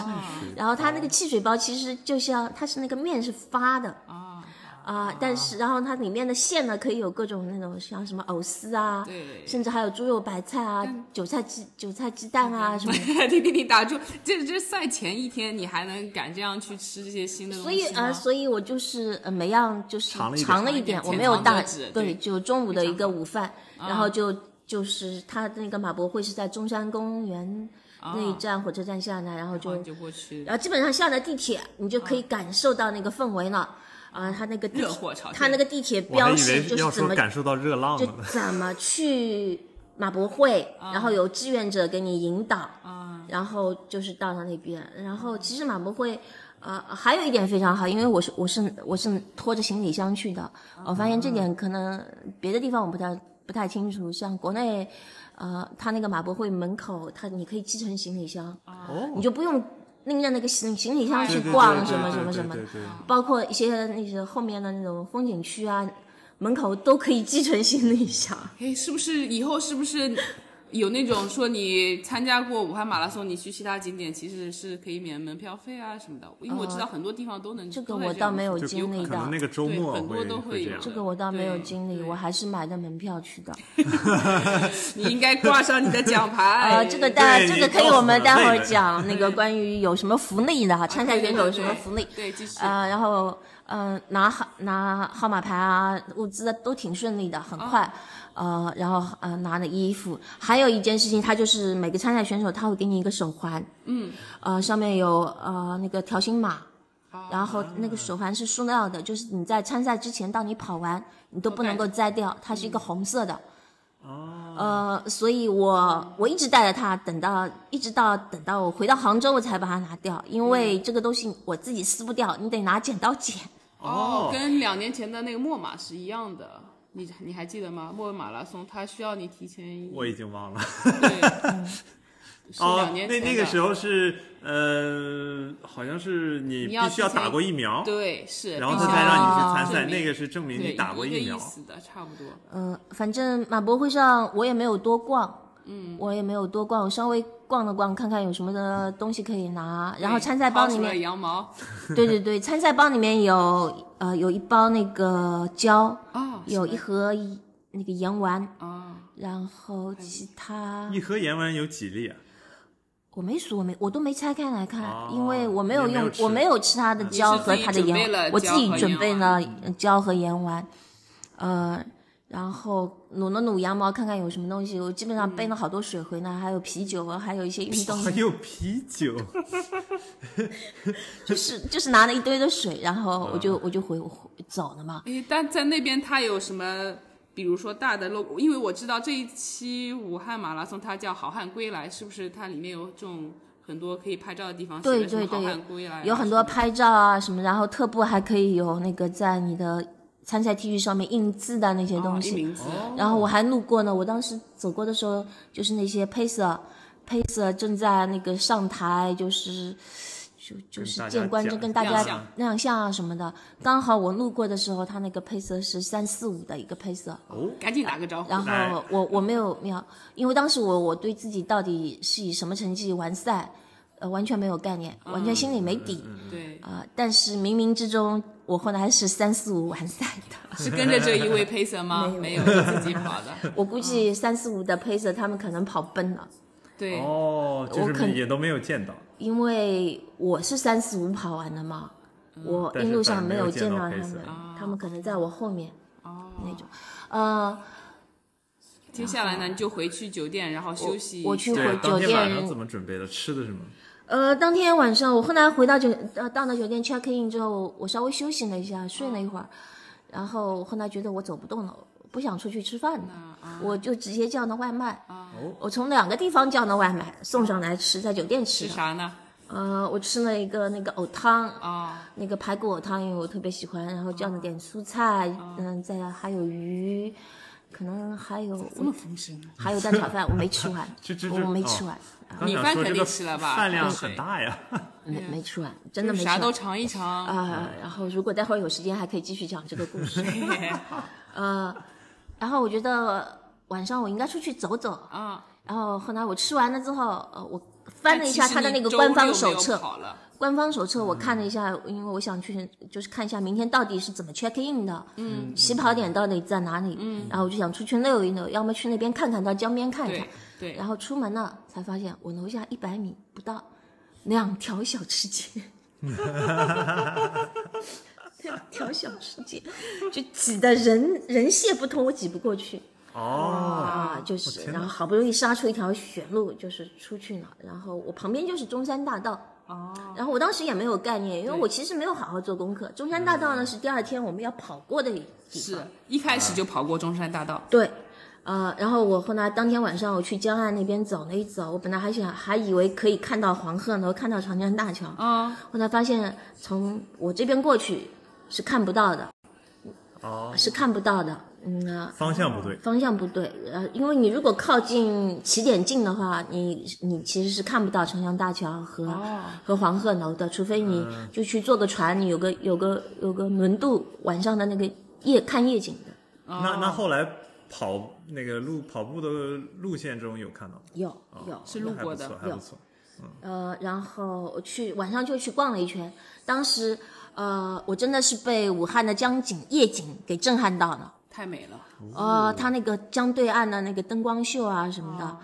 C: 的。然后它那个汽水包其实就像它是那个面是发的
A: 啊，
C: 啊、但是然后它里面的馅呢可以有各种那种像什么藕丝啊，
A: 对。
C: 甚至还有猪肉白菜啊、韭菜鸡韭菜鸡蛋啊什么的。
A: [LAUGHS] 停停停，打住！这这赛前一天，你还能敢这样去吃这些新的东
C: 所以
A: 西吗？
C: 呃，所以我就是呃每样就是
B: 尝了一点
C: 尝了一
A: 点
C: 点，我
A: 浅
C: 没有
A: 尝
C: 大
A: 辄止对
C: 对，就中午的一个午饭，
A: 好嗯
C: 然后就就是他那个马博会是在中山公园那一站火车站下来，然后
A: 嗯
C: 就
A: 然后就过去
C: 然后基本上下了地铁，你就可以感受到那个氛围了。啊，他那个地
A: 热火朝天
C: 他那个地铁
B: 我还
C: 标
B: 以
C: 识
B: 为
C: 就是
B: 要
C: 怎
B: 说
C: 么
B: 感受到热浪
C: 就
B: 了呢。
C: 怎么去马博会，然后有志愿者给你引导，
A: 啊，
C: 然后就是到了那边，然后其实马博会，呃，还有一点非常好，因为我是我是我是拖着行李箱去的，
A: 啊
C: 我发现这点可能别的地方我不太不太清楚，像国内，呃，它那个马博会门口，它你可以寄成行李箱，
B: 哦
C: 你，就不用拎着那个行行李箱
A: 啊对
C: 去
A: 对对
C: 逛
A: 对
C: 什么
A: 对
C: 什
B: 对
C: 么什么的
B: 对，对对
C: 包括一些那些后面的那种风景区啊，门口都可以寄成行李箱。
A: 哎，是不是以后是不是有那种说你参加过武汉马拉松，你去其他景点其实是可以免门票费啊什么的？因为我知道很多地方都能。
C: 呃这个
A: 都会
C: 我
A: 这
C: 倒
A: 样
C: 没
A: 子
C: 有
B: 就
C: 经历
B: 可能
C: 到
B: 那，个周末
A: 对很多
B: 会
A: 都会
B: 会这
A: 有
B: 样
A: 的
C: 这个我倒没有
A: 对
C: 经历，
A: 对
C: 我还是买的门票去的。
A: 你应该挂上你的奖牌。
C: [LAUGHS] 呃，这个待
B: 对
C: 这
B: 你
C: 个可以
B: 告诉
C: 我们
B: 我
C: 待会
B: 累
C: 儿
B: 了 [LAUGHS]
C: 讲那个关于有什么福利的哈，参赛选手有什么福利。
A: 对，继续。
C: 呃，然后嗯、拿号拿号码牌啊，物资的都挺顺利的，很
B: 哦
C: 快。呃，然后呃拿了衣服，还有一件事情，他就是每个参赛选手他会给你一个手环，
A: 嗯，
C: 呃上面有呃那个条形码，
A: 哦
C: 然后那个手环是塑料的，就是你在参赛之前到你跑完你都不能够摘掉，它是一个红色的。
B: 啊，
C: 呃，所以我我一直带着它，等到一直到等到我回到杭州，我才把它拿掉，因为这个东西我自己撕不掉，你得拿剪刀剪。
A: 哦，跟两年前的那个墨马是一样的，你你还记得吗？墨尔本马拉松它需要你提前一
B: 我已经忘了。
A: 对，
B: [LAUGHS]
A: 是
B: 哦
A: 两，年
B: 那
A: 前的
B: 那个时候是呃，好像是你
A: 你要
B: 必须要
A: 提前
B: 打过疫苗，
A: 对是，
B: 然后
A: 必
B: 他
A: 须
B: 才让你
A: 要
B: 去参赛，
A: 证明
B: 那个是证明
A: 对
B: 你打过
A: 一个
B: 疫苗
A: 意。思的差不多。
C: 嗯、反正马博会上 [LAUGHS] 我也没有多逛，嗯，我也没有多逛，我稍微逛了逛，看看有什么的东西可以拿。然后
A: 对
C: 参赛包
A: 薅
C: 里
A: 出了
C: 面，
A: 羊毛
C: 对对对，参赛包里面有呃有一包那个胶，
A: 啊，
C: 有
A: 是
C: 一
A: 的
C: 盒那个盐丸，
A: 啊，
C: 然后其他
B: 一盒盐丸有几粒啊？
C: 我没数，我没我都没拆开来看，
B: 哦
C: 因为我没
B: 你
C: 有
B: 没有
C: 用，
B: 吃
C: 我没有吃它的
B: 嗯
C: 胶
A: 你是
C: 和
A: 自己
C: 它的
A: 准备了
C: 盐，我自
A: 胶
C: 己
A: 和
C: 准
A: 盐
C: 备了
A: 丸
C: 胶和盐丸，呃，然后努了努羊毛，看看有什么东西。我基本上背了好多水回来，还有啤酒啊，还有一些运动
B: 嗯还
C: 饮，
B: 有啤酒，
C: 就是就是拿了一堆的水，然
B: 啊
C: 后我就我就回回走了嘛。
A: 诶，但在那边它有什么？比如说大的 logo，因为我知道这一期武汉马拉松它叫“好汉归来”，是不是它里面有这种很多可以拍照的地方？
C: 对
A: 写的什么
C: 对
A: 好
C: 对
A: 汉归来啊
C: 有很
A: 什
C: 多
A: 么的
C: 拍照啊什么，然后特步还可以有那个在你的参赛 T 恤上面印字的那些
A: 哦
C: 东
A: 一
C: 西。
A: 名字，
C: 然后我还路过呢，我当时走过的时候，就是那些 pacer，pacer 正在那个上台，就是就就是见观众跟
B: 跟
C: 大
B: 大
A: 家
C: 家
A: 讲
C: 亮相啊什么的。刚好我路过的时候，他那个 pacer 是三四五的一个 pacer，
B: 哦，
A: 赶紧打个招呼。
C: 然
B: 来
C: 后我我没有没有，因为当时我我对自己到底是以什么成绩完赛，呃完全没有概念，完全心里没底。
A: 对，
C: 啊、但是冥冥之中，我后来是三四五完赛的。 [LAUGHS]
A: 是跟着这一位 pacer 吗？没
C: 没
A: 有，是自己跑 [LAUGHS] 的。
C: 我估计三四五的 pacer 他们可能跑奔了，
A: 对，
B: 哦，就
C: 我肯
B: 是也都没有见到，
C: 因为我是三四五跑完的嘛，我
B: 但是
C: 一路
B: 反
C: 上
B: 而
C: 没
B: 没
C: 有
B: 有
C: 见
B: 见
C: 到
B: 到
C: 他
B: 黑
C: 们
B: 色，
C: 他们可能在我后面那
A: 哦，
C: 种。呃，
A: 接下来呢，你就回去酒店，然后休息。
C: 我我去
B: 对
C: 回，
B: 当
C: 酒
B: 天
C: 店
B: 晚上怎么准备的？吃的什么？
C: 呃，当天晚上我后来回到酒呃到了酒店 check in 之后，我稍微休息了一下，睡了一会儿，然后后来觉得我走不动了，我不想出去吃饭了，
A: 啊啊
C: 我就直接叫的外卖。
B: 哦，
C: 我从两个地方叫的外卖送上来吃，在酒店吃
A: 吃
C: 的。
A: 啥呢？
C: 呃，我吃了一个那个藕汤，
A: 啊，
C: 那个排骨藕汤，因为我特别喜欢，然后叫了
A: 哦
C: 点蔬菜，嗯，再还有鱼，可能还有
A: [LAUGHS] 这么啊丰盛。
C: 还有蛋炒饭，我没吃
A: [LAUGHS]
C: 完
B: 这这，这
C: 我没
B: 哦
C: 吃完，啊
B: 刚
A: 米
B: 想
A: 饭
B: 说
A: 肯
B: 这
A: 定
B: 个
A: 吃了吧
B: 饭量
A: 对
B: 很大呀。
C: 没没吃完，真的没吃
A: 啥
C: 完
A: 都嗯尝一尝。[LAUGHS]
C: [LAUGHS] 啊。然后如果待会儿有时间，还可以继续讲这个故事。呃，然后我觉得晚上我应该出去走走，
A: 啊，
C: 然后后来我吃完了之后，呃，我翻了一
A: 但
C: 下
A: 哎其实
C: 他的
A: 你
C: 那个
A: 周
C: 官方
A: 六没
C: 手
A: 有
C: 册，
A: 跑了
C: 官方手册我看了一下，因为我想去就是看一下明天到底是怎么 check in 的，嗯，起跑点到底在哪里，嗯，然后我就想出去溜一溜，要么去那边看看，到江边看看
A: 对。对，
C: 然后出门了，才发现我楼下一百米不到，两条小吃街，两条小吃街，就挤得人人泄不通，我挤不过去。
B: 哦，
C: 啊，就是，
B: 天哪
C: 然后好不容易杀出一条血路，就是出去了。然后我旁边就是中山大道，
A: 哦，
C: 然后我当时也没有概念，因为
A: 对嗯
C: 我其实没有好好做功课。中山大道呢是第二天我们要跑过的地方，
A: 是一开始就跑过中山大道。
C: 对，呃，然后我后来当天晚上我去江岸那边走了一走，我本来还想还以为可以看到黄鹤楼，看到长江大桥，
A: 啊，
C: 后来发现从我这边过去是看不到的，
B: 哦，
C: 是看不到的，嗯、呃
B: 方向不对，
C: 方向不对，呃，因为你如果靠近起点近的话，你你其实是看不到长江大桥和、
A: 哦
C: 和黄鹤楼的，除非你就去坐个船，你有个有个有个轮渡，晚上的那个夜看夜景的
A: 哦
B: 那那后来跑那个路跑步的路线中有看到吗？
C: 有有、
B: 哦
A: 是路过的
B: 那还不错，还不错。
C: 呃，然后我去晚上就去逛了一圈，当时呃，我真的是被武汉的江景夜景给震撼到了，嗯
A: 太美了。
C: 呃，它那个江对岸的那个灯光秀啊什么的，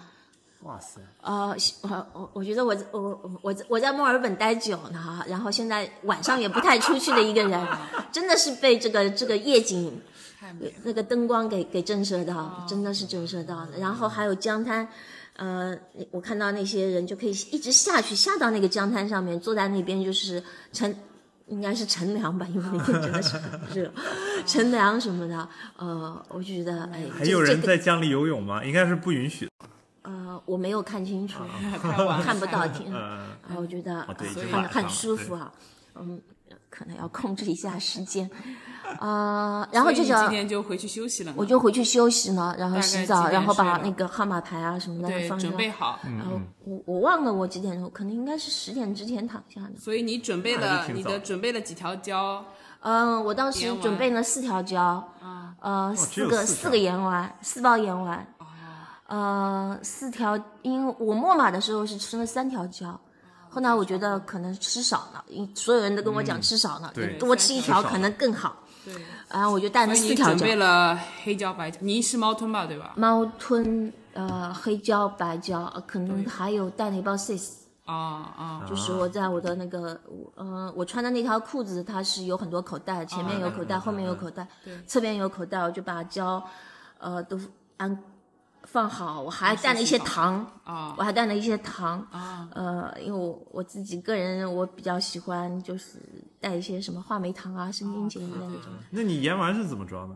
B: 哇塞，
C: 呃，我我我觉得我我我我我在墨尔本待久了哈，然后现在晚上也不太出去的一个人，真的是被这个这个夜景
A: 太
C: [LAUGHS]
A: 美了。
C: 那个灯光给给震慑
A: 哦
C: 到，真的是震慑到的。然后还有江滩，呃，我看到那些人就可以一直下去，下到那个江滩上面，坐在那边就是乘，应该是乘凉吧，因为那天真的是很
A: [LAUGHS]
C: 热，乘凉什么的。呃，我就觉得哎，
B: 还
C: 这
B: 有
C: 这
B: 人
C: 个
B: 在江里游泳吗？应该是不允许的。
C: 呃，我没有看清楚，
A: 太晚了
C: 看不到听。
B: 嗯，
C: 然后我觉得
B: 哦对
A: 就是
C: 很
A: 晚
C: 很
B: 上
C: 舒服啊，嗯，可能要控制一下时间，呃，然后
A: 所
C: 这
A: 以你今
C: 个
A: 天就回去休息了吗，
C: 我就回去休息呢，然后
A: 大概
C: 洗
A: 几
C: 澡，
A: 点
C: 然后把
A: 睡了
C: 那个号码牌啊什么的
A: 对
C: 放
A: 准
C: 上，
A: 备好。
B: 嗯
C: 然后我我忘了我几点钟，可能应该是十点之前躺下的。
A: 所以你准备
B: 那还
A: 了
B: 是挺
A: 你
B: 早
A: 的准备了几条胶，
C: 嗯，我当时
A: 盐丸
C: 准备了四条胶，
A: 啊
C: 呃，
B: 哦只
C: 四
B: 有四
C: 个
B: 条
C: 四个盐丸，四包盐丸，
A: 哦
C: 呃，四条，因为我墨马的时候是吃了三条
A: 哦
C: 胶。后来我觉得可能吃少了，因为所有人都跟我讲吃少了，
B: 嗯对
C: 你多吃一条
B: 吃少了
C: 可能更好。
A: 对，
C: 然后我就带了
A: 所以
C: 嗯四
A: 你
C: 条
A: 准
C: 胶
A: 备，了黑胶、白胶，你是猫吞吧，对吧？
C: 猫吞、呃黑胶、白胶，呃可能还有带了一包 sis，
A: 啊
B: 嗯
A: 啊，
C: 就是我在我的那个，我呃，我穿的那条裤子，它是有很多口
A: 啊
C: 袋，前面有口袋，后面有口袋，侧边有口袋，我就把胶，呃，都安放好。我还带了一些糖，
A: 啊
C: 我还带了一些糖，呃，因为我我自己个人我比较喜欢就是带一些什么话梅糖啊、生
A: 哦
C: 津解郁的那种。
B: 那你盐丸是怎么装的？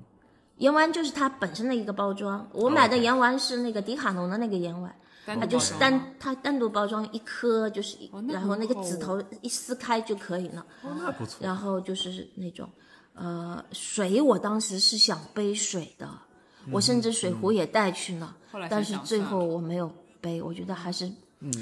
C: 盐丸就是它本身的一个包装，我买
A: 哦
C: 的盐丸是那个迪卡侬的那个盐丸。
A: 单独
C: 它就是
A: 包装吗
C: 单它单独包装一颗，就是一、
A: 那
C: 然后
A: 很
C: 那个
A: 好
C: 指
A: 哦
C: 头一撕开就可以了。
B: 哦，那不错。
C: 然后就是那种，呃，水我当时是想背水的，我甚至水壶也带去了，
A: 嗯后来才
C: 但是
A: 想
C: 最
A: 算
C: 后我没有背，我觉得还是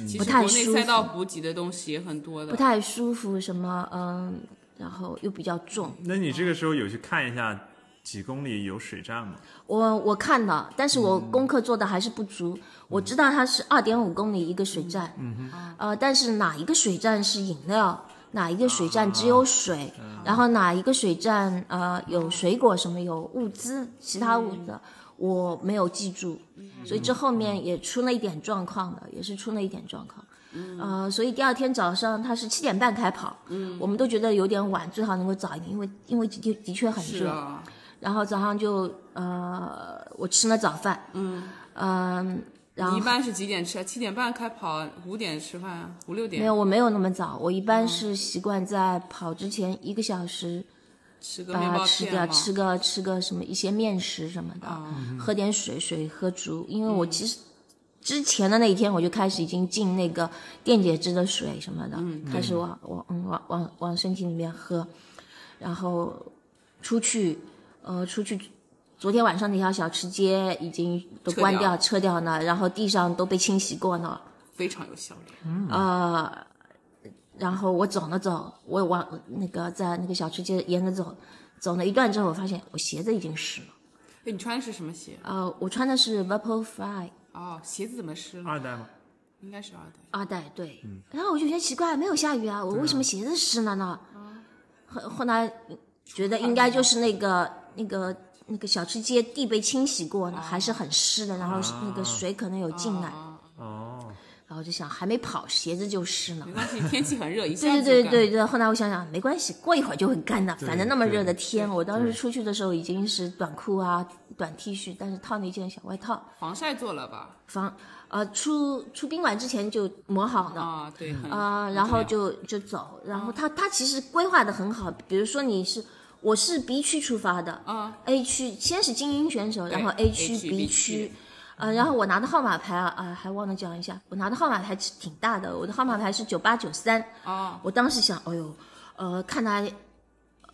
A: 其
C: 不
A: 实
C: 太
A: 国内
C: 舒
A: 赛
C: 服
A: 道补给的东西也很多的
C: 不，太舒服，什么嗯，然后又比较重。
B: 那你这个时候有去看一下几公里有水站吗？
C: 我我看了，但是我
A: 嗯
C: 功课做的还是不足。我知道它是二点五公里一个水站，
A: 嗯
C: 呃，但是哪一个水站是饮料，哪一个水
A: 啊
C: 站只有水，
A: 嗯
C: 然后哪一个水站呃有水果什么有物资，其他物
A: 嗯
C: 的、我没有记住，所以这后面也出了一点状况的，也是出了一点状况。
A: 嗯
C: 呃，所以第二天早上他是七点半开跑，我们都觉得有点晚，最好能够早一点，因为因为的的确很
A: 是
C: 热，
A: 啊，
C: 然后早上就呃，我吃了早饭，嗯然
A: 你一
C: 后
A: 般是几点吃啊？七点半开跑，五点吃饭啊，五六
C: 没
A: 点
C: 有我没有那么早，我一般是习惯在跑之前一个小时
A: 吃个
C: 把
A: 面
C: 它
A: 包
C: 呃吃
A: 片
C: 掉，
A: 嘛，嗯
C: 吃个吃个什么一些面食什么的，喝点水，水喝足，因为我其实。之前的那一天，我就开始已经进那个电解质的水什么的，开始往往嗯往往往身体里面喝，然后出去，呃，出去昨天晚上那条小吃街已经都
A: 撤
C: 关
A: 掉
C: 掉、撤掉呢，然后地上都被清洗过呢。
A: 非常有效率。
C: 呃然后我走了走，我往那个在那个小吃街沿着走，走了一段之后，我发现我鞋子已经湿了。
A: 哎，你穿的是什么鞋？
C: 呃，我穿的是 Vaporfly
A: 哦，鞋子怎么湿了？
B: 二代吗？
A: 应该是二代。
C: 二代，对。然后我就觉得奇怪，没有下雨啊，我为什么鞋子湿了呢？后后来觉得应该就是那个那个那个小吃街地被清洗过呢，还是很湿的，然后那个水可能有进来，
A: 啊，
B: 哦，
C: 然后我就想还没跑，鞋子就湿了
A: 没。关系，天气很热，一下
C: 对
A: 子
C: 对
A: 就
C: 对
A: 干
C: 对对，后来我想想，没关系，过一会儿就会干的。反正那么热的天，我当时出去的时候已经是短裤啊、短 T 恤，但是套了一件小外套，
A: 防晒做了吧？
C: 防呃出出宾馆之前就磨好了。
A: 啊，对，
B: 嗯
A: 很
C: 啊、
A: 很
C: 然
A: 重
C: 后
A: 要
C: 就就走，然
A: 嗯
C: 后他他其实规划的很好，比如说你是我是 B 区出发的、
A: 啊
C: a 区先是精英选手，然后
A: A
C: 区、
A: 区
C: B
A: B
C: 区
A: 区，
C: 呃，然后我拿的号码牌啊啊、还忘了讲一下，我拿的号码牌是挺大的，我的号码牌是九八九三，
A: 啊，
C: 我当时想，哎呦，呃，看来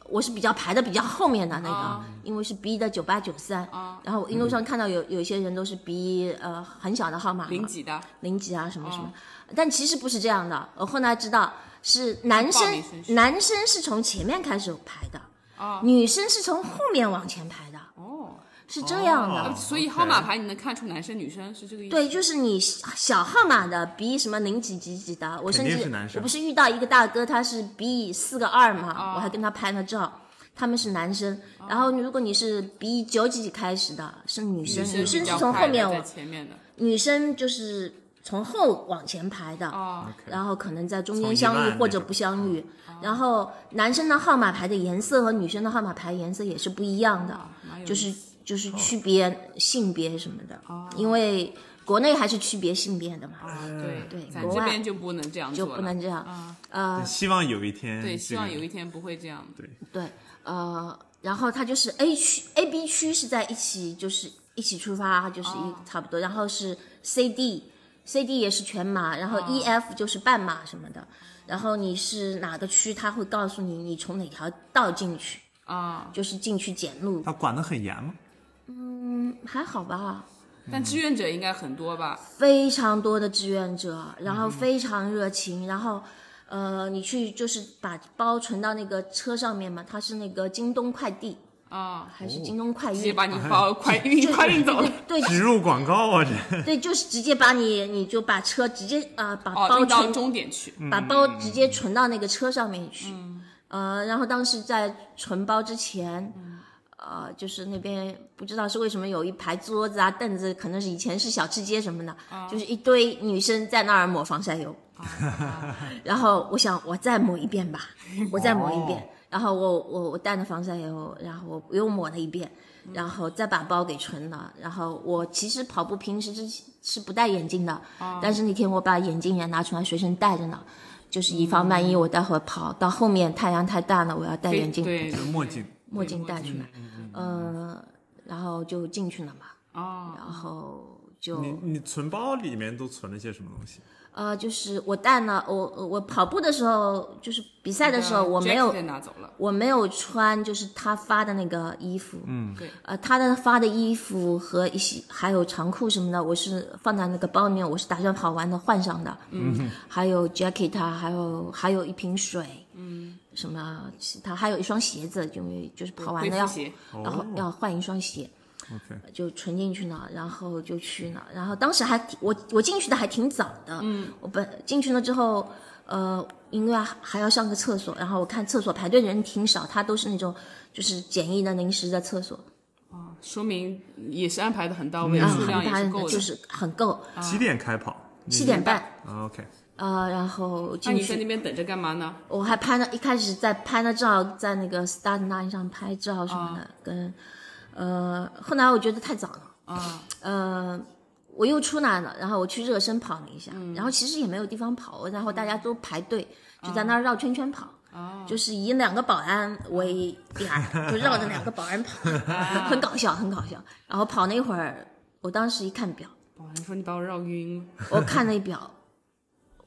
C: 我是比较排的比较后面的那
A: 嗯
C: 个，因为是 B 的九八九三，然后我一路上看到有、有一些人都是 B 呃很小的号码嘛，
A: 零几的
C: 零级啊什么什
A: 哦
C: 么，但其实不是这样的。我后来知道是男
A: 报
C: 生
A: 名顺，序
C: 男生是从前面开始排的，
A: 啊
C: 女生是从后面往前排的，
A: 哦，
C: 是这样的。
B: 哦
A: 所以
B: OK
A: 号码牌你能看出男生女生是这个意思？
C: 对，就是你小号码的 B 什么零几几几的，我
B: 肯
C: 甚
B: 定
C: 至
B: 是男生
C: 我不是遇到一个大哥，他是 B 四个二嘛，
A: 哦
C: 我还跟他拍了照，他们是男生。然后如果你是 B 九几几开始的，是女生，
A: 女生
C: 女生
A: 比
C: 是
A: 较
C: 从
A: 快
C: 后
A: 的
C: 面
A: 在
C: 往，嗯
A: 前面的，
C: 女生就是从后往前排的，
A: 哦，
C: 然后可能在中
B: 从
C: 间
B: 一
C: 相
B: 万
C: 遇
B: 那
C: 或者
B: 种嗯
C: 不相遇。然后男生的号码牌的颜色和女生的号码牌颜色也是不一样的，
A: 啊蛮有意思
C: 就是就是区别性别什么的
A: 哦，
C: 因为国内还是区别性别的嘛，
A: 啊，对
C: 对
A: 咱
C: 国
A: 这
C: 外
A: 边就不能这样
C: 就
A: 做了，
C: 不能这样。
A: 啊，
C: 呃，
B: 希望有一天
A: 对，
B: 这
A: 希望
B: 个
A: 有一天不会这样。
C: 对，呃，然后它就是 A 区、A、B 区是在一起，就是一起出发，就是一、
A: 哦
C: 差不多。然后是 C、D、C、D 也是全马，然后
A: 哦
C: E、F 就是半马什么的。然后你是哪个区，他会告诉你你从哪条道进去，
A: 啊，
C: 就是进去捡路，
B: 他管得很严吗？
C: 还好吧？
B: 嗯
A: 但志愿者应该很多吧？
C: 非常多的志愿者，
A: 嗯
C: 然后非常热情，然后。呃，你去就是把包存到那个车上面嘛，它是那个京东快递
A: 啊，
B: 嗯
C: 还是京东快
A: 直接
C: 运？
A: 把
B: 哎
A: 你包快运快运走了。
C: 对，
A: [LAUGHS]
B: 植入广告啊，这
C: 对，就是直接把你，你就把车直接啊、呃把
A: 哦，
C: 包
A: 运到
C: 存，
A: 终点去。
C: 把包直接存到那个车上面去。
A: 嗯
C: 呃，然后当时在存包之前，呃，就是那边不知道是为什么有一排桌子啊、凳子，可能是以前是小吃街什么的，就是一堆女生在那儿抹防晒油。 [LAUGHS] 然后我想，我再抹一遍吧，我再抹一遍。
B: 哦
C: 然后我我我带了防晒油，然后我又抹了一遍，然后再把包给存了。然后我其实跑步平时是是不戴眼镜的，但是那天我把眼镜也拿出来随身带着呢，就是以防万一我待会儿跑到后面太阳太大了，我要戴眼镜，
A: 对
B: 个墨镜
C: 墨镜戴出
A: 嗯
C: 来，呃，然后就进去了嘛，
A: 哦，
C: 然后就
B: 你你存包里面都存了些什么东西？
C: 呃，就是我带了我我我跑步的时候，就是比赛的时
A: 嗯
C: 候我没有
A: Jack 拿走了。
C: 我没有穿，就是他发的那个衣服，嗯
A: 对，
C: 呃，他的发的衣服和一些还有长裤什么的，我是放在那个包里面，我是打算跑完的换上的，嗯，还有 jacket，啊还有还有一瓶水，嗯，什么其他还有一双鞋子，因为就是跑完
A: 恢
C: 了
A: 复
C: 要
A: 鞋
C: 然后要换一双鞋，
B: OK，
C: 就存进去了，然后就去了，然后当时还挺我我进去的还挺早的，嗯，我本进去了之后，呃，因为还还要上个厕所，然后我看厕所排队人挺少，它都是那种就是简易的临时的厕所，
A: 说明也是安排的很到位，
C: 啊，
A: 数嗯量
C: 很
A: 也
C: 大
A: 是
C: 的
A: 够的。嗯
C: 就是很够，
B: 几点开跑？
C: 七点半，
B: 啊 OK，
C: 呃，然后
A: 那
C: 进
A: 你在那
C: 去，
A: 边等着干嘛呢？
C: 我还拍了一开始在拍了照，在那个 start line 上拍照什么的，跟呃，后来我觉得太早了。
A: 啊，
C: 呃，我又出来了，然后我去热身跑了一下，然后其实也没有地方跑，然后大家都排队，就在那儿绕圈圈跑。就是以两个保安为点儿，就绕着两个保安跑，很搞笑，很搞笑。然后跑那会儿，我当时一看表，
A: 保安说你把我绕晕了。
C: 我看了表，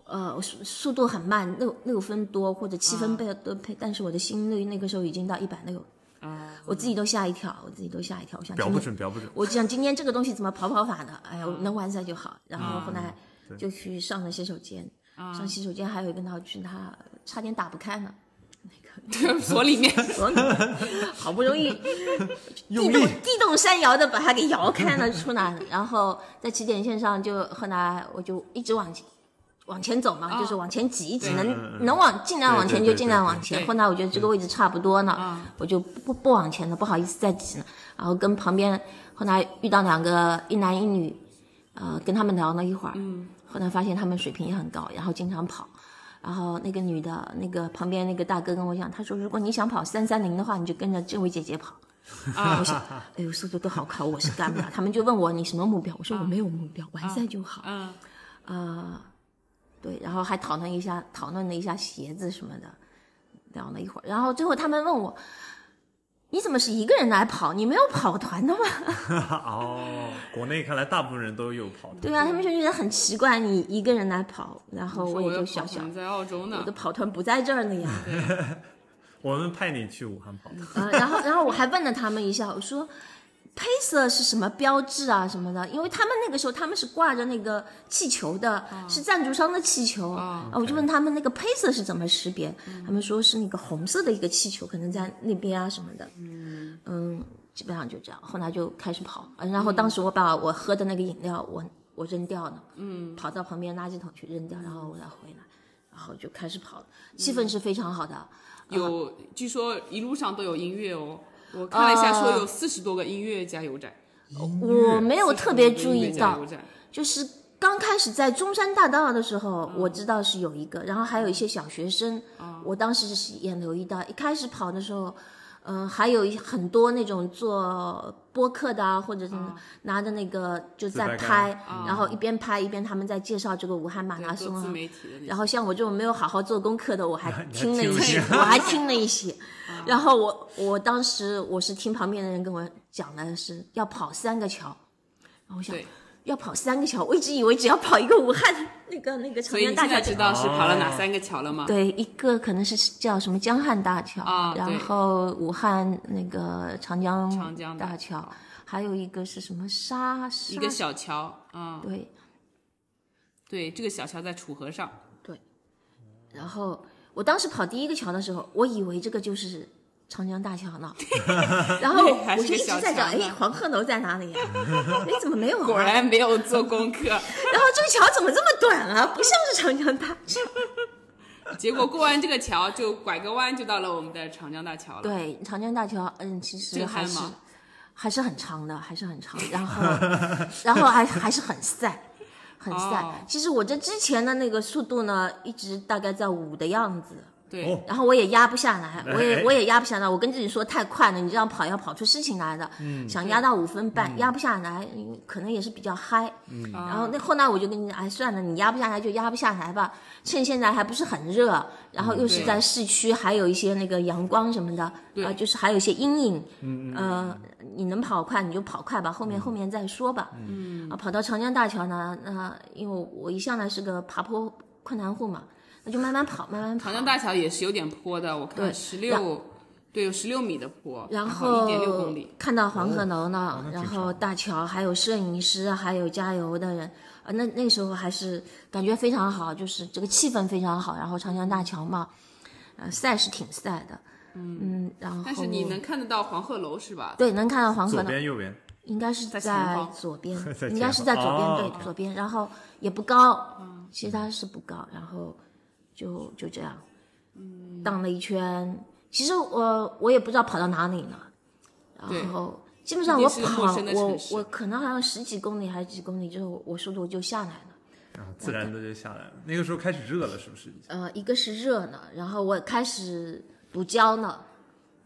C: 呃，我速速度很慢，六六分多或者七分贝多配，但是我的心率那个时候已经到一百六，
A: 啊，
C: 我自己都吓一跳，我自己都吓一跳。我想
B: 表
C: 今
B: 不
C: 天
B: 准，表不准。
C: 我想今天这个东西怎么跑跑法的？哎呀，能完赛就好。然后后来
B: 对
C: 就去上了洗手间，
A: 啊
C: 上洗手间还有一个闹剧，他差点打不开呢。
A: [LAUGHS] 锁里面。
C: [LAUGHS] 好不容易
B: 用力
C: 地动地动山摇的把它给摇开了出来了，然后在起点线上就后来我就一直往前往前走嘛，就是往前挤，只
B: 啊嗯嗯
C: 能
B: 嗯
C: 能往尽量往前
B: 对
C: 就
B: 对啊
C: 尽量往
A: 对
C: 前。
A: 对
C: 后来我觉得这个位置差不多了
A: 嗯，
C: 我就不不往前了，不好意思再挤了。然后跟旁边后来遇到两个一男一女，呃，跟他们聊了一会儿，
B: 嗯
C: 后来发现他们水平也很高，然后经常跑。然后那个女的，那个旁边那个大哥跟我讲，他说如果你想跑三三零的话，你就跟着这位姐姐跑。啊，我想，哎呦，速度都好快，我是干不了。他们就问我你什么目标，我
A: 啊
C: 说我没有目标，完赛就好。啊
A: 嗯，
C: 对，然后还讨论一下，讨论了一下鞋子什么的，聊了一会儿。然后最后他们问我，你怎么是一个人来跑？你没有跑团的吗？ [LAUGHS]
B: 哦，国内看来大部分人都有跑的。
C: 对啊，他们就觉得很奇怪，你一个人来跑。然后
A: 说
C: 我
A: 我
C: 也
A: 要
C: 就
A: 跑
C: 想想
A: 团，在澳洲
C: 我
A: 呢
C: 的。跑团不在这儿呢呀。
B: 我们派你去武汉跑，
C: 呃，然后然后我还问了他们一下，我说 Pacer 是什么标志啊什么的，因为他们那个时候他们是挂着那个气球的，是赞助商的气球啊我就问他们那个 Pacer 是怎么识别，他们说是那个红色的一个气球，可能在那边啊什么的，嗯基本上就这样，后来就开始跑，呃然后当时我把我喝的那个饮料我我扔掉了，嗯，跑到旁边垃圾桶去扔掉，然后我再回来。然后就开始跑了，气氛是非常好的，
A: 有，据说一路上都有音乐哦。我看了一下，说有四十多个音乐加油站，
C: 呃
B: 嗯
C: 嗯我没有特别
A: 40多
C: 注
A: 个音乐
C: 意
A: 加
C: 到
A: 油，站
C: 就是刚开始在中山大道的时
A: 嗯
C: 候，我知道是有一个，然后还有一些小学生，我当时是也留意到，一开始跑的时候。嗯、还有一很多那种做播客的啊，或者是
A: 嗯
C: 拿着那个就在
B: 自
C: 拍
B: 拍杆，
C: 然后一边拍一边他们在介绍这个武汉马拉松
A: 做自
C: 啊，
A: 媒体的那
C: 然后像我这种没有好好做功课的，我还
B: 你还
C: 听了
B: 听
C: 一
B: 了
C: 些
B: 一，些
C: [LAUGHS] 我还听了
A: [LAUGHS]
C: 一些。
A: 啊
C: 然后我我当时我是听旁边的人跟我讲的是要跑三个桥，然后我想
A: 对
C: 要跑三个桥，我一直以为只要跑一个武汉那个那个长
A: 所以
C: 江
A: 你
C: 大
A: 现
C: 桥
A: 在
C: 就
A: 知道是跑了哪
B: 哦
A: 三个桥了吗？
C: 对，一个可能是叫什么江汉大桥，
A: 啊对
C: 然后武汉那个长江
A: 长江大
C: 大桥，还有一个是什么沙沙
A: 一个小桥，嗯，
C: 对，
A: 对，这个小桥在楚河上，
C: 然后我当时跑第一个桥的时候，我以为这个就是长江大桥
A: [LAUGHS]
C: 呢，然后
A: 还
C: 我
A: 是
C: 就
A: 个
C: 一直
A: 小
C: 在找，
A: 桥呢
C: 哎，黄鹤楼在哪
A: [LAUGHS]
C: 里呀、哎，怎么没有、啊？
A: 果然没有做功课。
C: 然后这个桥怎么这么短啊？不像是长江大桥。
A: 结果过完这个桥，就拐个弯就到了我们的长江大桥了。，
C: 对，长江大桥，嗯，其实
A: 震
C: 还
A: 撼
C: 是
A: 吗
C: 还是很长的，还是很长。然后，然后还还是很散，很散。
A: 哦
C: 其实我这之前的那个速度呢，一直大概在五的样子。
A: 对，
B: 哦，
C: 然后我也压不下来，我也
B: 哎
C: 我也压不下来。我跟自己说太快了，你这样跑要跑出事情来的。想压到五分半，压不下来，嗯可能也是比较嗨。
A: 啊
C: 然后那后来我就跟你哎算了，你压不下来就压不下来吧，趁现在还不是很热，然后又是
A: 对
C: 在市区，还有一些那个阳光什么的，
A: 对
C: 啊，就是还有一些阴影。嗯呃，你能跑快你就跑快吧，后面后面再说吧。嗯啊，跑到长江大桥呢，那因为我一向来是个爬坡困难户嘛，那就慢慢跑，慢慢跑。
A: 长江大桥也是有点坡的，我看十六，对，有十六米的坡，
C: 然
A: 后一点六
C: 后
A: 公里。
C: 看到黄鹤楼呢
B: 哦，那挺
C: 然
B: 长
C: 后
B: 的
C: 大桥，还有摄影师，还有加油的人，啊，那那时候还是感觉非常好，就是这个气氛非常好。然后长江大桥嘛，呃，晒是挺晒的，嗯，然后
A: 但是你能看得到黄鹤楼是吧？
C: 对能看到黄
B: 左
C: 鹤楼，
B: 边右边，
C: 应该是
A: 在前
C: 在
A: 方
C: 左边
B: [LAUGHS] 在，前
C: 应该是在左边，
B: 方哦
C: 对，左边，然后也不高，
A: 嗯
C: 其实它是不高，然后就就这样，
A: 嗯
C: 荡了一圈。其实我我也不知道跑到哪里了，
A: 对
C: 然后基本上
A: 毕
C: 我
A: 竟是
C: 跑
A: 陌生的
C: 我
A: 城市
C: 我可能好像十几公里还是几公里之后，我速度就下来了。
B: 然后啊自然的就下来了。那个时候开始热了，是不是已经？
C: 呃，一个是热呢，然后我开始补胶呢，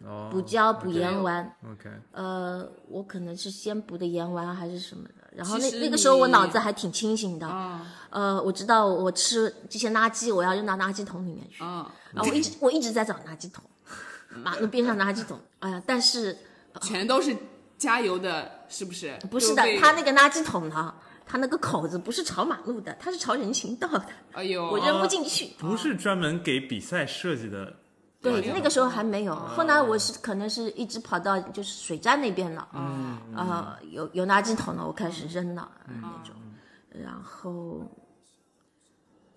B: 哦，
C: 补胶补盐丸，
B: OK，
C: 呃，我可能是先补的盐丸啊还是什么的，然后
A: 其
C: 那
A: 实
C: 那个时候我
A: 你嗯
C: 脑子还挺清醒的，呃，我知道我吃这些垃圾我要扔到垃圾桶里面去，
A: 嗯，
C: 然后我一直我一直在找垃圾桶，马路边上垃圾桶，哎呀，但是
A: 嗯全都是加油的，是不是？
C: 不是
A: 就
C: 的
A: 被，
C: 它那个垃圾桶呢，它那个口子不是朝马路的，它是朝人行道的，
A: 哎呦，
C: 我扔不进去。
B: 不是专门给比赛设计的。
C: 对，那个时候啊还没有。后来我是可能是一直跑到就是水站那边了，嗯，呃，有有垃圾桶了，我开始扔了、呃那种，然后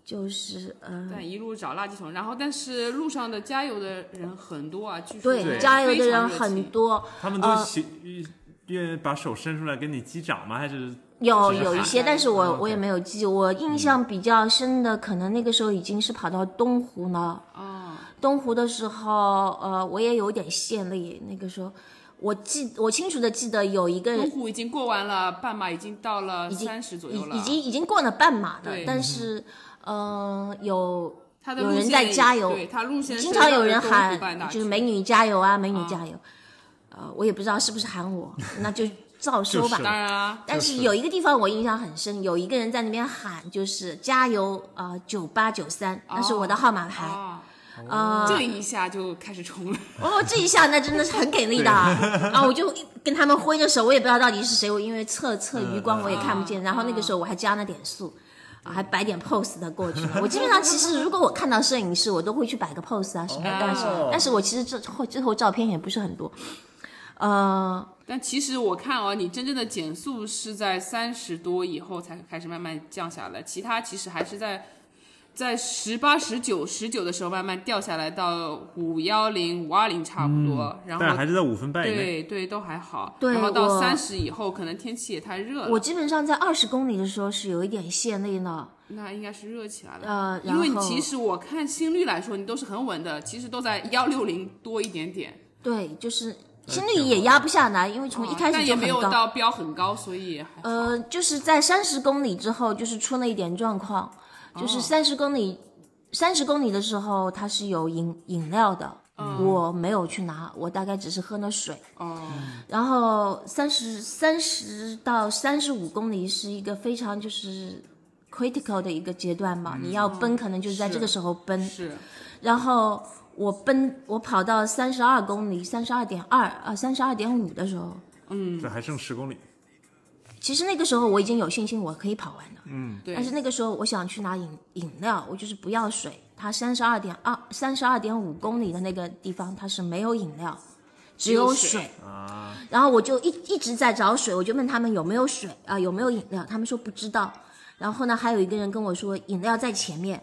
C: 就是嗯、呃
A: 但一路找垃圾桶，然后但是路上的加油的人很多啊，据说
C: 对，
B: 对
C: 加油
A: 非
C: 的
A: 常
C: 人
A: 热情
C: 很多，
B: 他们都写，愿把手伸出来跟你击掌吗？还是
C: 有
B: 只是
C: 有一
B: 喊
C: 些，
A: 喊
C: 但是啊
B: 嗯
C: 我
B: ，OK
C: 我也没有记。我印象比较深的，可能那个时候已经是跑到东湖了。
A: 哦，
C: 东湖的时候，呃，我也有点泄力。那个时候，我记我清楚的记得有一个人
A: 东湖已经过完了，半马已经到了
C: 经
A: 三十左右了，
C: 已已经已经过了半马的
A: 对，
C: 但是，嗯、有
A: 他的
C: 有
A: 路
C: 人
A: 线
C: 在
A: 也
C: 加油
A: 对他路线
C: 经
A: 是
C: 常
A: 绕
C: 有
A: 着
C: 人
A: 东湖半
C: 喊
A: 大
C: 就
A: 区
C: 是美女加油啊，美女加油，呃，我也不知道是不是喊我，那就
B: [LAUGHS]
C: 照说吧。
B: 就是
A: 当然啊，
C: 但是有一个地方我印象很深，有一个人在那边喊，就是加油啊，九八九三，那是我的号码牌。
A: 啊，
C: 啊。
A: 这一下就开始冲了，
C: 哦，这一下那真的是很给力的啊！ [LAUGHS] 啊我就跟他们挥着手，我也不知道到底是谁，我因为侧侧余光我也看
A: 啊
C: 不见。然后那个时候我还加了点速，啊，还摆点 pose 的过去了。我基本上其实如果我看到摄影师，我都会去摆个 pose 啊什么的。但是
B: 哦
C: 但是我其实这后最后照片也不是很多，呃，
A: 但其实我看哦，你真正的减速是在三十多以后才开始慢慢降下来，其他其实还是在在十八、十九、十九的时候慢慢掉下来到五幺零、五二零差不多，然
B: 嗯但
A: 后
B: 还是在五分半以内。
A: 对对都还好，
C: 对
A: 然后到
C: 我
A: 三十以后可能天气也太热
C: 我
A: 了，
C: 基本上在二十公里的时候是有一点泄力呢。
A: 那应该是热起来了。
C: 呃然
A: 因为你
C: 后
A: 其实我看心率来说，你都是很稳的，其实都在幺六零多一点点。
C: 对，就是心率也压不下来，因为从一开
A: 但
C: 始
A: 哦也
C: 就
A: 没
C: 很
A: 有
C: 高。
A: 到标很高，所以还好
C: 呃，就是在三十公里之后，就是出了一点状况，
A: 哦
C: 就是三十公里，三十公里的时候它是有饮饮料的，我没有去拿，我大概只是喝了水。
A: 嗯
C: 嗯
A: 哦，
C: 然后三十三十到三十五公里是一个非常就是 critical 的一个阶段嘛，你要奔可能就是在
A: 嗯是
C: 这个时候奔，
A: 是
C: 然后我奔我跑到三十二公里，三十二点二啊三十二点五的时候，
B: 这还剩十公里，
C: 其实那个时候我已经有信心我可以跑完了，
A: 对，
C: 但是那个时候我想去拿饮饮料，我就是不要水，它三十二点二三十二点五公里的那个地方它是没有饮料，只有
A: 有
C: 水。
A: 水
C: 然后我就一一直在找水，我就问他们有没有水啊、有没有饮料，他们说不知道。然后呢，还有一个人跟我说饮料在前面，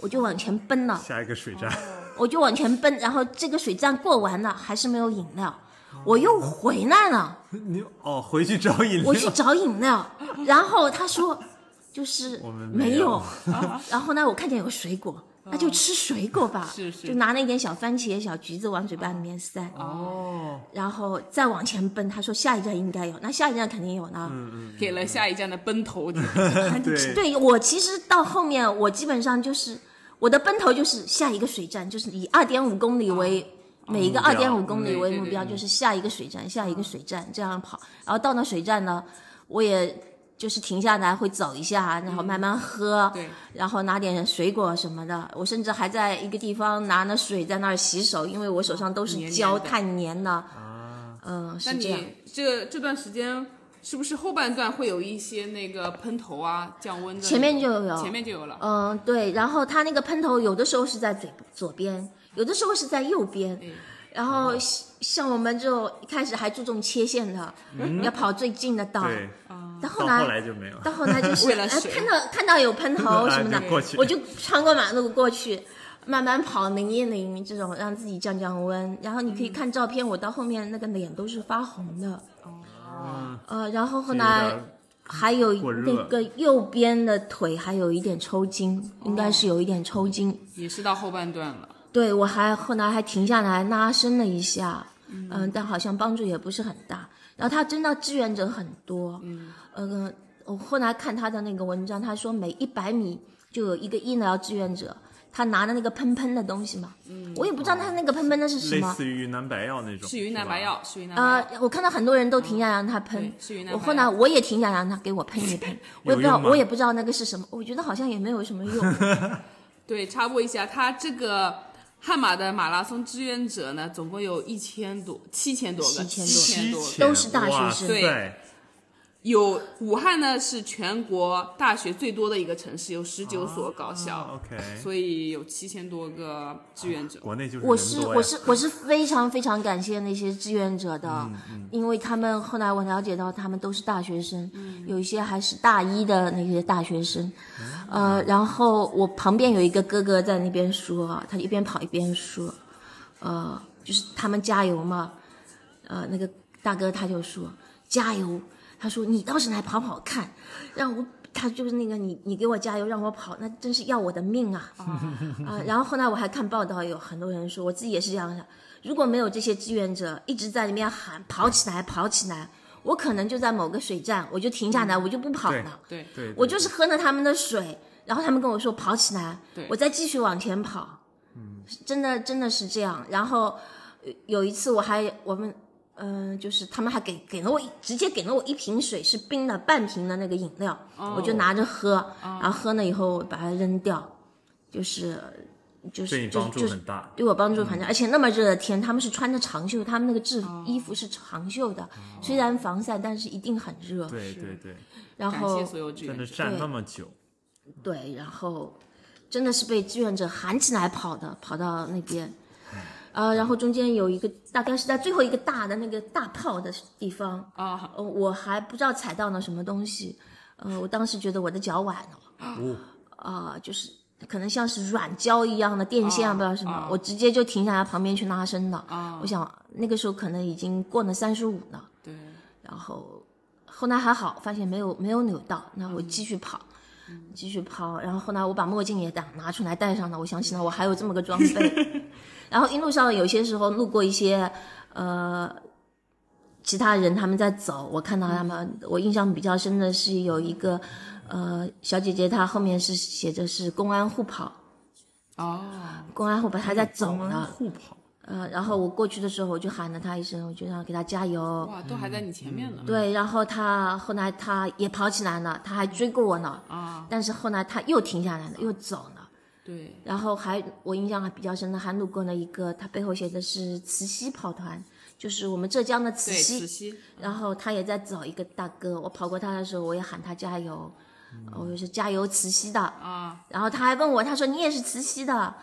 C: 我就往前奔了，
B: 下一个水站，
C: 我就往前奔，然后这个水站过完了，还是没有饮料，我又回来了，
B: [LAUGHS] 你哦回去找饮料
C: 我，去找饮料，然后他说就是
B: 我们
C: 没
B: 没有嗯
C: 有， [LAUGHS] 然后呢，我看见有水果。那就吃水果吧，
A: 是是
C: 就拿了一点小番茄、小橘子往嘴巴里面塞。
B: 哦，
C: 然后再往前奔，他说下一站应该有，那下一站肯定有呢。
A: 给了下一站的奔头，
C: [LAUGHS]
B: 对
C: 对我其实到后面，我基本上就是我的奔头就是下一个水站，就是以二点五公里为、每一个
B: 目
C: 二
B: 标
C: 点五公里
A: 嗯啊啊
C: 为
A: 对
C: 目
A: 对
C: 标，
A: 对
C: 就是下一个水站，下一个水站这样跑。然后到了水站呢，我也就是停下来会走一下，然后慢慢喝，
A: 嗯对
C: 然后拿点水果什么的。我甚至还在一个地方拿了水在那儿洗手，因为我手上都是
A: 黏黏
C: 胶，
A: 的啊
C: 太黏了。嗯、
A: 那
C: 是这样。
A: 你这这段时间是不是后半段会有一些那个喷头啊、降温的？
C: 前面就有
A: 前面就有了。
C: 嗯，对，然后它那个喷头有的时候是在嘴左边，有的时候是在右边，
A: 哎
C: 然后
B: 哦
C: 像像我们就一开始还注重切线的，要跑最近的道，
B: 嗯对，
C: 但啊后
B: 到
C: 来
B: 后来就没有，
C: 到后来就
A: [LAUGHS]
C: 是
A: 为了
C: 哎
A: 水
C: 看到看到
B: [LAUGHS]
C: 有喷头什么的
B: 啊就过去，
C: 我就穿过马路过去，慢慢跑淋一淋这种让自己降降温。然后你
A: 嗯
C: 可以看照片，我到后面那个脸都是发红的。哦，呃，然后后
B: 有
C: 来
B: 点
C: 还有
B: 过热
C: 那个右边的腿还有一点抽筋，应该是有一点抽筋。
A: 也是到后半段了，
C: 对我还后来还停下来拉伸了一下，嗯、但好像帮助也不是很大。然后他真的志愿者很多，嗯，呃，我后来看他的那个文章，他说每一百米就有一个医疗志愿者，他拿的那个喷喷的东西嘛，嗯，我也不知道他那个喷喷的是什
B: 类
C: 么，
B: 似于云南白药那种，
A: 是云南
B: 吧
A: 白，药，是云南白
C: 呃
A: 药，，
C: 我看到很多人都挺想让他
A: 对
C: 喷，
A: 是云南
C: 我
A: 白
C: 后来
A: 药
C: 我也挺想让他给我喷一
B: [LAUGHS]
C: 喷，我也不知道
B: 有用吗
C: 我也不知道那个是什么，我觉得好像也没有什么用，
B: [LAUGHS]
A: 对，插播一下，他这个悍马的马拉松志愿者呢，总共有一千多、七千多个，
C: 7000
A: 七
B: 七
A: 千多个，
B: 千
C: 都是大学
B: 哇
C: 生
A: 对
B: 塞
A: 有武汉呢是全国大学最多的一个城市，有十九所高校、
B: 啊，OK 啊
A: 所以有七千多个志愿者。
B: 国内就是
C: 我
B: 人
C: 是
B: 多
C: 我
B: 呀
C: 是我是非常非常感谢那些志愿者的，
B: 嗯
C: 因为他们后来我了解到他们都是大学生，
B: 嗯
C: 有一些还是大一的那些大学生，
B: 嗯
C: 呃，然后我旁边有一个哥哥在那边说，啊他一边跑一边说，呃，就是他们加油嘛，呃，那个大哥他就说加油，他说你倒是来跑跑看，让我他就是那个你你给我加油让我跑，那真是要我的命啊！啊，然后后来我还看报道，有很多人说，我自己也是这样想，如果没有这些志愿者一直在里面喊跑起来跑起来，我可能就在某个水站我就停下来，我就不跑
B: 对
C: 了。
A: 对，
B: 对，
C: 我
B: 对
C: 就是喝了他们的水，然后他们跟我说跑起来
A: 对，
C: 我再继续往前跑，真的真的是这样。然后呃有一次我还我们嗯、呃就是他们还给给了我一直接给了我一瓶水，是冰的半瓶的那个饮料，
A: 哦
C: 我就拿着喝，然后喝了以后我把它扔掉，就是就
B: 对
C: 是
B: 你
C: 就
B: 帮
C: 是
B: 助
C: 就是
B: 很嗯大，
C: 对我帮助很大，而且那么热的天，他们是穿着长袖，他们那个制服、
A: 哦
C: 衣服是长袖的，虽然防晒，但是一定很热。
B: 对对对，
C: 然
A: 感谢
C: 后
A: 所有志
B: 在
A: 愿
B: 那
A: 者。
B: 站
C: 对
B: 那么久，
C: 对，然后真的是被志愿者喊起来跑的，跑到那边，呃，然后中间有一个大概是在最后一个大的那个大炮的地方，
A: 啊，
C: 呃，我还不知道踩到了什么东西，呃，我当时觉得我的脚崴了，
B: 哦，
C: 啊、就是可能像是软胶一样的电线，
A: 啊
C: 不知道什么，
A: 啊
C: 我直接就停下来旁边去拉伸了，我想那个时候可能已经过了三十五了。
A: 对，
C: 然后后来还好，发现没有没有扭到，那我继续跑，继续跑。然后后来我把墨镜也打拿出来戴上了，我想起来我还有这么个装备。然后一路上有些时候路过一些呃其他人他们在走，我看到他们，我印象比较深的是有一个呃小姐姐，她后面是写着是公安互跑，
A: 哦，
C: 公安后边还在走呢，
B: 互跑，
C: 呃，然后我过去的时候我就喊了他一声，我就让给他加油，
A: 哇，都还在你前面呢。
C: 嗯对，然后他后来他也跑起来了，他还追过我呢，
A: 啊，
C: 但是后来他又停下来了，又走了，
A: 对，
C: 然后还我印象还比较深的还路过了一个，他背后写的是慈溪跑团，就是我们浙江的慈
A: 对，
C: 溪
A: 慈，溪，
C: 然后他也在找一个大哥，我跑过他的时候我也喊他加油，我就说加油慈溪的，
A: 啊，
C: 然后他还问我，他说你也是慈溪的啊？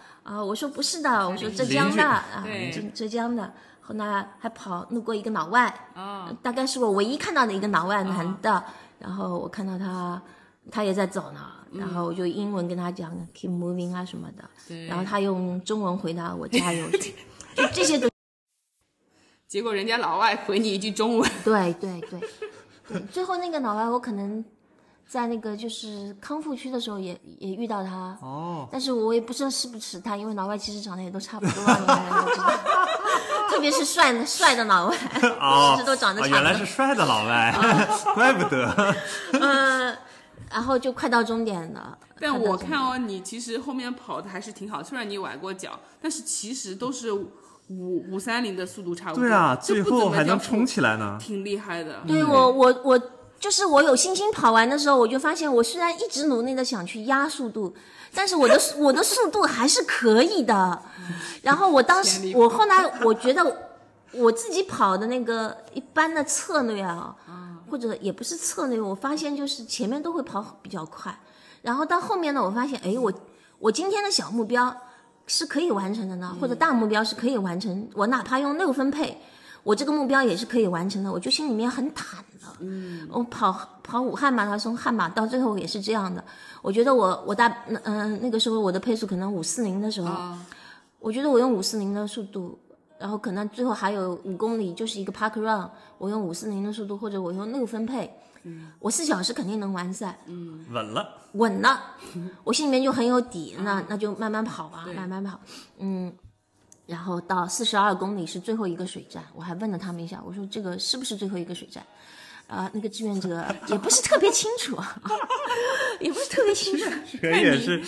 C: 我说不是的，我说浙江
B: 邻居
C: 的啊，
A: 对
C: 浙浙江的。后来还跑路过一个老外，
A: 啊，
C: 大概是我唯一看到的一个老外男的。然后我看到他，他也在走呢，然后我就英文跟他讲 keep moving 啊什么的，
A: 对，
C: 然后他用中文回答我加油，就这些都
A: 结果人家老外回你一句中文，
C: 对对对对。最后那个老外，我可能在那个就是康复区的时候也也遇到他，
B: 哦，
C: 但是我也不知道是不是他，因为老外其实长得也都差不多啊，你看都知道，特别是帅的帅的老外，
B: 哦
C: 其实都长得
B: 哦
C: 差不多。
B: 原来是帅的老
C: [LAUGHS]
B: 外，怪不得。
C: 嗯，然后就快到终点了。
A: 但
C: 快到
A: 我
C: 终
A: 看哦，你其实后面跑的还是挺好，虽然你崴过脚，但是其实都是五五三零的速度差不多。
B: 对啊，
A: 这
B: 最
A: 不怎
B: 后
A: 么
B: 还能
A: 叫
B: 冲嗯起来呢。
A: 挺厉害的。
C: 对我我我就是我有信心跑完的时候，我就发现我虽然一直努力的想去压速度，但是我的我的速度还是可以的。然后我当
A: 潜力
C: 时
A: 股
C: 我后来我觉得我自己跑的那个一般的策略啊，
A: 嗯
C: 或者也不是策略，我发现就是前面都会跑比较快，然后到后面呢，我发现哎我我今天的小目标。是可以完成的
A: 嗯
C: 呢，或者大目标是可以完成，我哪怕用六分配，我这个目标也是可以完成的，我就心里面很坦的。嗯，我跑跑武汉马拉松、汉马到最后也是这样的。我觉得我我大嗯、呃那个时候我的配速可能五四零的时候，
A: 啊，
C: 我觉得我用五四零的速度，然后可能最后还有五公里就是一个 park run，我用五四零的速度或者我用六分配，我四小时肯定能完赛，
B: 稳了，
C: 稳了，
A: 嗯
C: 我心里面就很有底，那那就慢慢跑吧，慢慢跑，嗯。然后到四十二公里是最后一个水站，我还问了他们一下，我说这个是不是最后一个水站？啊、那个志愿
A: [LAUGHS]
C: 者也不是特别清楚， [LAUGHS] 也不是特别清楚。
B: 这也是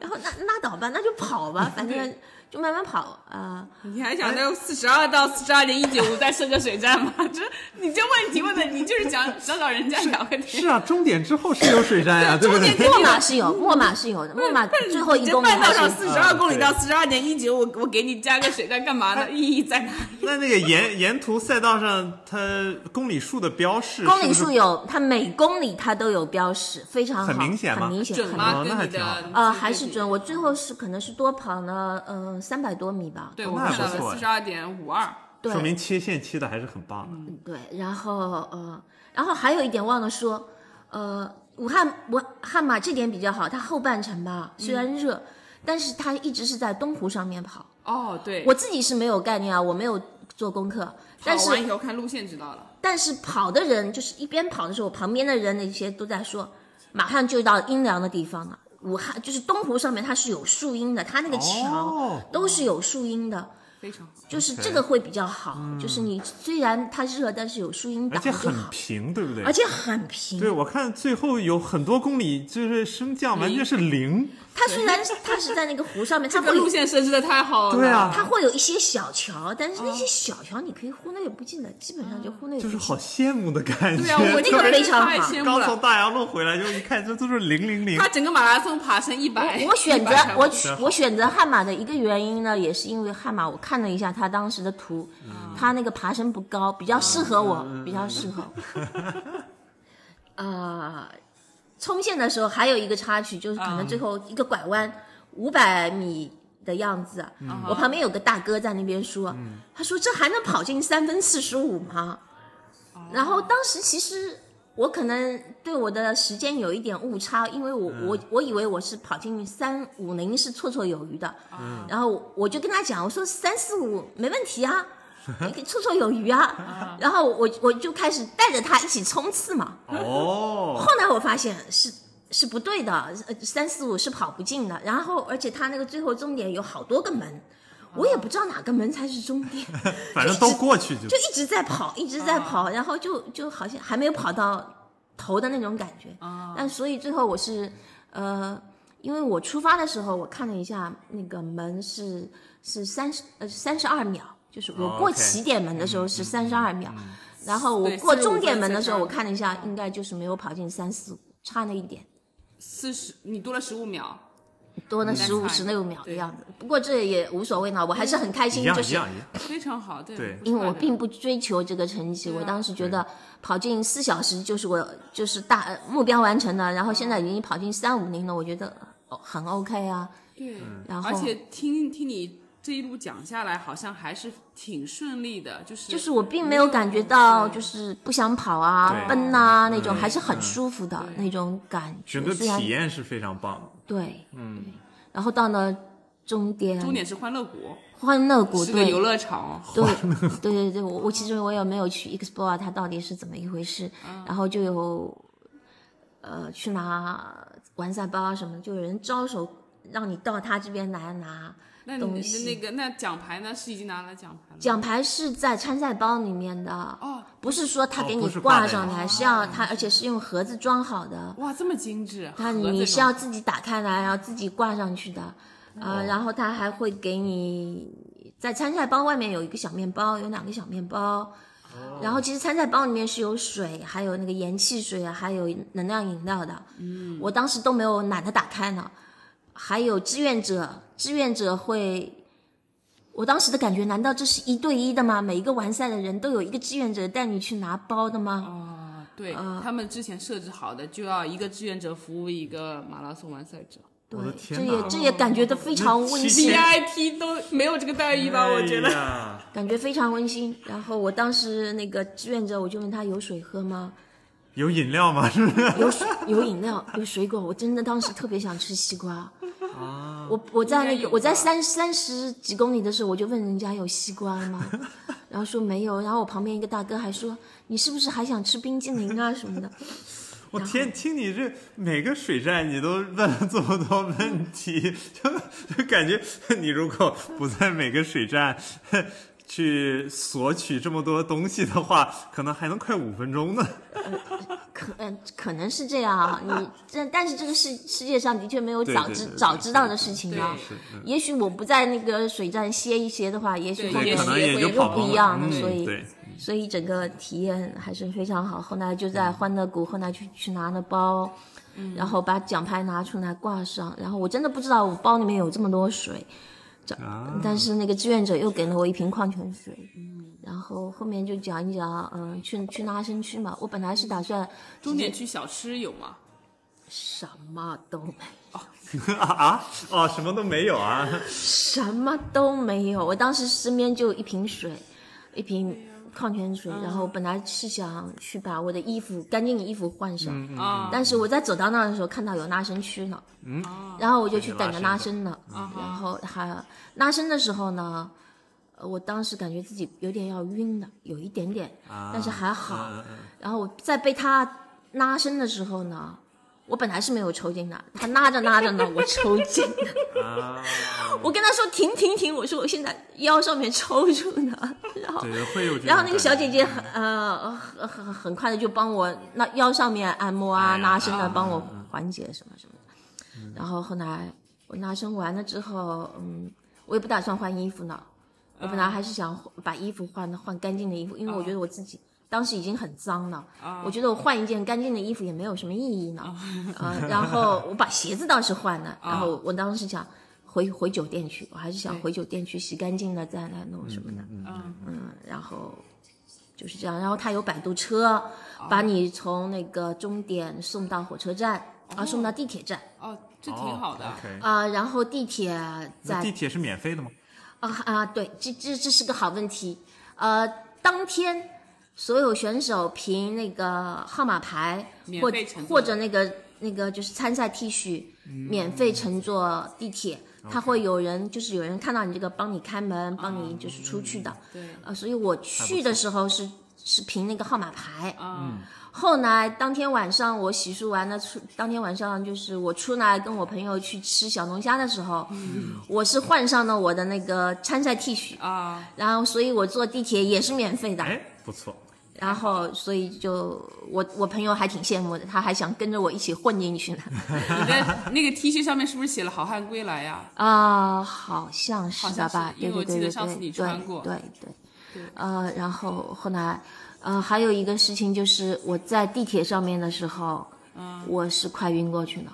C: 然后那拉倒吧，那就跑吧，反正就慢慢跑啊。
A: 你还
B: 哎
A: 想着四十二到四十二点一九五再设个水站吗？这你这问题问的，你就是想想找人家聊个天。
B: 是啊，终点之后是有水站
A: [LAUGHS]
B: 呀，对不对？
C: 墨马是有，墨马是有的，墨马最后一
A: 这
C: 公里
A: 半道
C: 还
B: 嗯
A: 上
C: 是
A: 四十二公里到四十二点一九，我我给你加个水站干嘛
B: 哎
A: 呢？意义在哪里？
B: [LAUGHS] 那那个沿沿途赛道上，它公里数的标示
C: 公
B: 是
C: 里
B: 不是
C: 数有，它每公里它都有标识，非常好，
B: 很明显吗
C: 很明显，
A: 准
C: 很
A: 吗？
B: 哦那
A: 跟
B: 还
A: 你
B: 挺好
A: 的
C: 呃，还是准。。我最后是可能是多跑了，嗯，三百多米吧。
A: 对，
B: 那
A: 我
B: 还
A: 看到
B: 不错
A: 了
B: 哎
A: 四十二点五二。
C: 对嗯
B: 说明切线切的还是很棒啊的。
C: 对，然后呃，然后还有一点忘了说，呃，武汉武汉马这点比较好，它后半程吧虽
A: 嗯
C: 然热，但是它一直是在东湖上面跑。
A: 哦，对，
C: 我自己是没有概念啊，我没有做功课，但
A: 跑
C: 是
A: 完以后看路线知道了。
C: 但是跑的人就是一边跑的时候，旁边的人那些都在说，马上就到阴凉的地方了。武汉就是东湖上面它是有树荫的，它那个桥
B: 哦
C: 都是有树荫的，
A: 非常好。
C: 就是这个会比较好。就是你虽然它热，但是有树荫
B: 嗯而
C: 挡
B: 且
C: 着就
B: 很
C: 好，
B: 平，对不对？
C: 而且很平。
B: 对，我看最后有很多公里就是升降，完全是零。
C: 它虽然是它是在那个湖上面，它
A: 这个
C: 会
A: 路线设置的太好了。
B: 对啊
C: 它会有一些小桥，但是那些小桥你可以忽略不计的，基本上就忽略不
B: 嗯就
C: 计。
B: 是好羡慕的感觉。
A: 对啊，我
C: 那
A: 这
C: 个
A: 个
C: 非常好
A: 太羡慕
B: 刚从
A: 了。
B: 大洋路回来，就一看，这都是零零零
A: 他。整个马拉松爬升一百，
C: 我选择
A: 100
C: 我
A: 还
C: 选我选择悍马的一个原因呢，也是因为悍马，我看了一下它当时的图，
A: 嗯
C: 它那个爬升不高，比较适合我，比较
A: [LAUGHS]
C: 适合我。呃，冲线的时候还有一个插曲，就是
A: 嗯
C: 可能最后一个拐弯，五百米的样子，啊
A: 嗯
C: 我旁边有个大哥在那边说，他说这还能跑进三分四十五吗？然后当时其实我可能对我的时间有一点误差，因为我、我我以为我是跑进三五零是绰绰有余的，然后我就跟他讲，我说三四五没问题啊。绰绰有余啊，然后我我就开始带着他一起冲刺嘛，
B: 哦，
C: 后来我发现是是不对的，呃，三四五是跑不进的。然后，而且他那个最后终点有好多个门，我也不知道哪个门才是终点，
B: 反正都过去就
C: 就一直在跑，一直
B: 嗯
C: 在跑，然后就就好像还没有跑到头的那种感觉。
B: 嗯
A: 啊，
C: 但所以最后我是，呃，因为我出发的时候我看了一下那个门是是三十呃三十二秒，就是
B: 哦
C: 我过
B: OK
C: 起点门的时候是三十二秒，
B: 嗯
C: 然后我
A: 对
C: 过
A: 45
C: 终点门的时候
A: 分32
C: 我看了一下，应该就是没有跑进三四五，差那一点。
A: 四十，你多了十五秒，
C: 多了
A: 应该
C: 十五
A: 差
C: 十
A: 一
C: 六
A: 点
C: 秒的
A: 对
C: 样子，不过这也无所谓呢，我还是很开
B: 一
C: 心，
B: 样
C: 就
B: 一
C: 是
B: 样一样。
A: 非常好，对，
B: 对
A: 不
C: 因为
A: 差
C: 我
A: 的
C: 并不追求这个成绩，
A: 对啊
C: 我当时觉得跑进四小时就是我就是大呃目标完成了，然后现在已经跑进三五零了，我觉得哦很 OK 啊。
A: 对，
C: 然后
A: 而且听听你这一路讲下来，好像还是挺顺利的，就是
C: 就是我并没有感觉到
A: 对
C: 就是不想跑啊、
B: 对
C: 奔呐、
B: 嗯
C: 那种，
B: 嗯
C: 还是很舒服的
A: 对
C: 那种感觉
B: 整个。
C: 虽然
B: 体验是非常棒的，
C: 对，
B: 嗯，
C: 然后到了终点，
A: 终点是欢乐谷，
C: 欢乐谷
A: 是个
C: 嗯对
A: 游乐场，
C: 对对对对，我我其实我也没有去 explore 它到底是怎么一回事，
B: 嗯
C: 然后就有呃去拿完赛包啊什么的，就有人招手让你到他这边来拿。
A: 那你
C: 东
A: 那
C: 西
A: 那个那奖牌呢？是已经拿了奖牌了吗，
C: 奖牌是在参赛包里面的，
A: 哦，
C: 不是说他
B: 哦
C: 给
B: 不
C: 你
B: 是挂
C: 挂
B: 在
C: 上
B: 那
C: 来，是
B: 哦
C: 要他，而且是用盒子装好的。
A: 哇，这么精致，
C: 它
A: 盒子
C: 你是
A: 装
C: 要自己打开来，然后自己挂上去的，
B: 哦
C: 呃，然后它还会给你在参赛包外面有一个小面包，有两个小面
B: 哦
C: 包，然后其实参赛包里面是有水，还有那个盐汽水啊，还有能量饮料的，嗯，我当时都没有懒得打开呢，还有志愿者，志愿者会。我当时的感觉，难道这是一对一的吗？每一个完赛的人都有一个志愿者带你去拿包的吗？
A: 哦，对、
C: 啊
A: 他们之前设置好的，就要一个志愿者服务一个马拉松完赛者
C: 对
B: 我的，
C: 这
B: 天
C: 也
B: 哪
C: 这也感觉到非常温
B: 那其
C: 馨啊
B: 实。
A: ，VIP 都没有这个待遇吧？
B: 哎
A: 我觉得。
B: 得
C: 感觉非常温馨。然后我当时那个志愿者，我就问他有水喝
B: [LAUGHS]
C: 吗？
B: 有饮料吗？是不是？
C: 有水，有饮料，有水果。我真的当时特别想吃西瓜。
B: 啊，
C: 我我在
A: 应
C: 那
A: 该
C: 个
A: 有
C: 我在
A: 吧
C: 三三十几公里的时候，我就问人家有西瓜
B: [LAUGHS]
C: 吗？然后说没有。然后我旁边一个大哥还说你是不是还想吃冰激凌啊什
B: [LAUGHS]
C: 么的？
B: 我天，听你这每个水站你都问了这么多问题，就就感觉你如果不在每个水站去索取这么多东西的话，可能还能快五分钟呢。
C: 可嗯、可能是这样啊。你这但是这个世世界上的确没有
B: 对
C: 早
B: 对
C: 知
B: 对
C: 早
B: 对
C: 知道的事情
A: 对
C: 啊。
B: 是，嗯
C: 也许我不在那个水站歇一歇的话，也许
A: 对
C: 后
B: 对，
C: 面
A: 也
B: 可能
A: 许
B: 也
A: 会
B: 就
A: 有
B: 跑
C: 不
B: 不
C: 一
B: 了
C: 样
B: 嗯，
C: 所以
B: 对，
C: 所以整个体验还是非常好。后来就在欢乐谷，后来去去拿了包，然后把奖牌拿出来挂上。然后我真的不知道我包里面有这么多水，
B: 啊， [LAUGHS]
C: 但是那个志愿者又给了我一瓶矿泉水。然后后面就讲一讲，嗯，去去拉伸区嘛。我本来是打算
A: 终点区小吃有吗？
C: 什么都没，
B: 啊啊哦，什么都没有啊，
C: 什么都没有。我当时身边就一瓶水，一瓶矿泉水。然后本来是想去把我的衣服干净的衣服换上，
A: 啊、
C: 但是我在走到那儿的时候看到有拉伸区了，
B: 嗯
C: 然后我就去等着拉伸了，
A: 啊
C: 然后还拉伸的时候呢，呃我当时感觉自己有点要晕了，有一点点，
B: 啊
C: 但是还好。
B: 嗯嗯
C: 然后我在被他拉伸的时候呢，我本来是没有抽筋的，他拉着拉
B: [LAUGHS]
C: 着呢，我抽筋 [LAUGHS] 了。
B: 嗯啊，
C: 我跟他说停停停，我说我现在腰上面抽住呢， [LAUGHS] 然后。
B: 对，会有这种感觉。
C: 然后那个小姐姐很呃很很很快的就帮我那腰上面按摩啊、
B: 哎呀
C: 拉伸啊，
B: 啊
C: 帮我缓解什么什么的。然后后来我拉伸完了之后，嗯，我也不打算换衣服呢，我本
A: 嗯
C: 来还是想把衣服换换干净的衣服，因为我觉得我自己。当时已经很脏了，
A: 嗯
C: 我觉得我换一件干净的衣服也没有什么意义呢。呃，然后我把鞋子倒是换了，然后我当时想回回酒店去，我还是想
A: 嗯对
C: 回酒店去洗干净了再来弄什么的。
A: 嗯，
C: 嗯，然后就是这样，然后他有摆渡车，
A: 哦
C: 把你从那个终点送到火车站，啊，送到地铁站
A: 哦，这挺好的。
B: 哦，OK
C: 啊、然后地铁
B: 那地
C: 在
B: 铁是免费的吗？
C: 啊啊，对，这这这是个好问题，呃，当天。所有选手凭那个号码牌
A: 免
C: 或
A: 费乘坐
C: 或者那个那个就是参赛 T 恤，免费乘坐地铁，他会有人就是有人看到你这个帮你开门，帮你就是出去的。呃
A: 对，
C: 啊，所以我去的时候是是凭那个号码牌。
A: 嗯，
C: 后来当天晚上我洗漱完了出，当天晚上就是我出来跟我朋友去吃小龙虾的时候，
A: 嗯
C: 我是换上了我的那个参赛 T 恤，
A: 啊，
C: 然后所以我坐地铁也是免费的。
B: 哎，不错，
C: 然后所以就我我朋友还挺羡慕的，他还想跟着我一起混
A: [LAUGHS]
C: 进去呢。
A: 你在那个 T 恤上面是不是写了“好汉归来”呀？
C: 啊、好像是的
A: 好像
C: 吧？
A: 是
C: 对
A: 因为我
C: 对
A: 记得
C: 对对
A: 上次你
C: 对
A: 穿过
C: 对对呃，然后后来，呃，还有一个事情就是我在地铁上面的时候，
A: 嗯
C: 我是快晕过去了，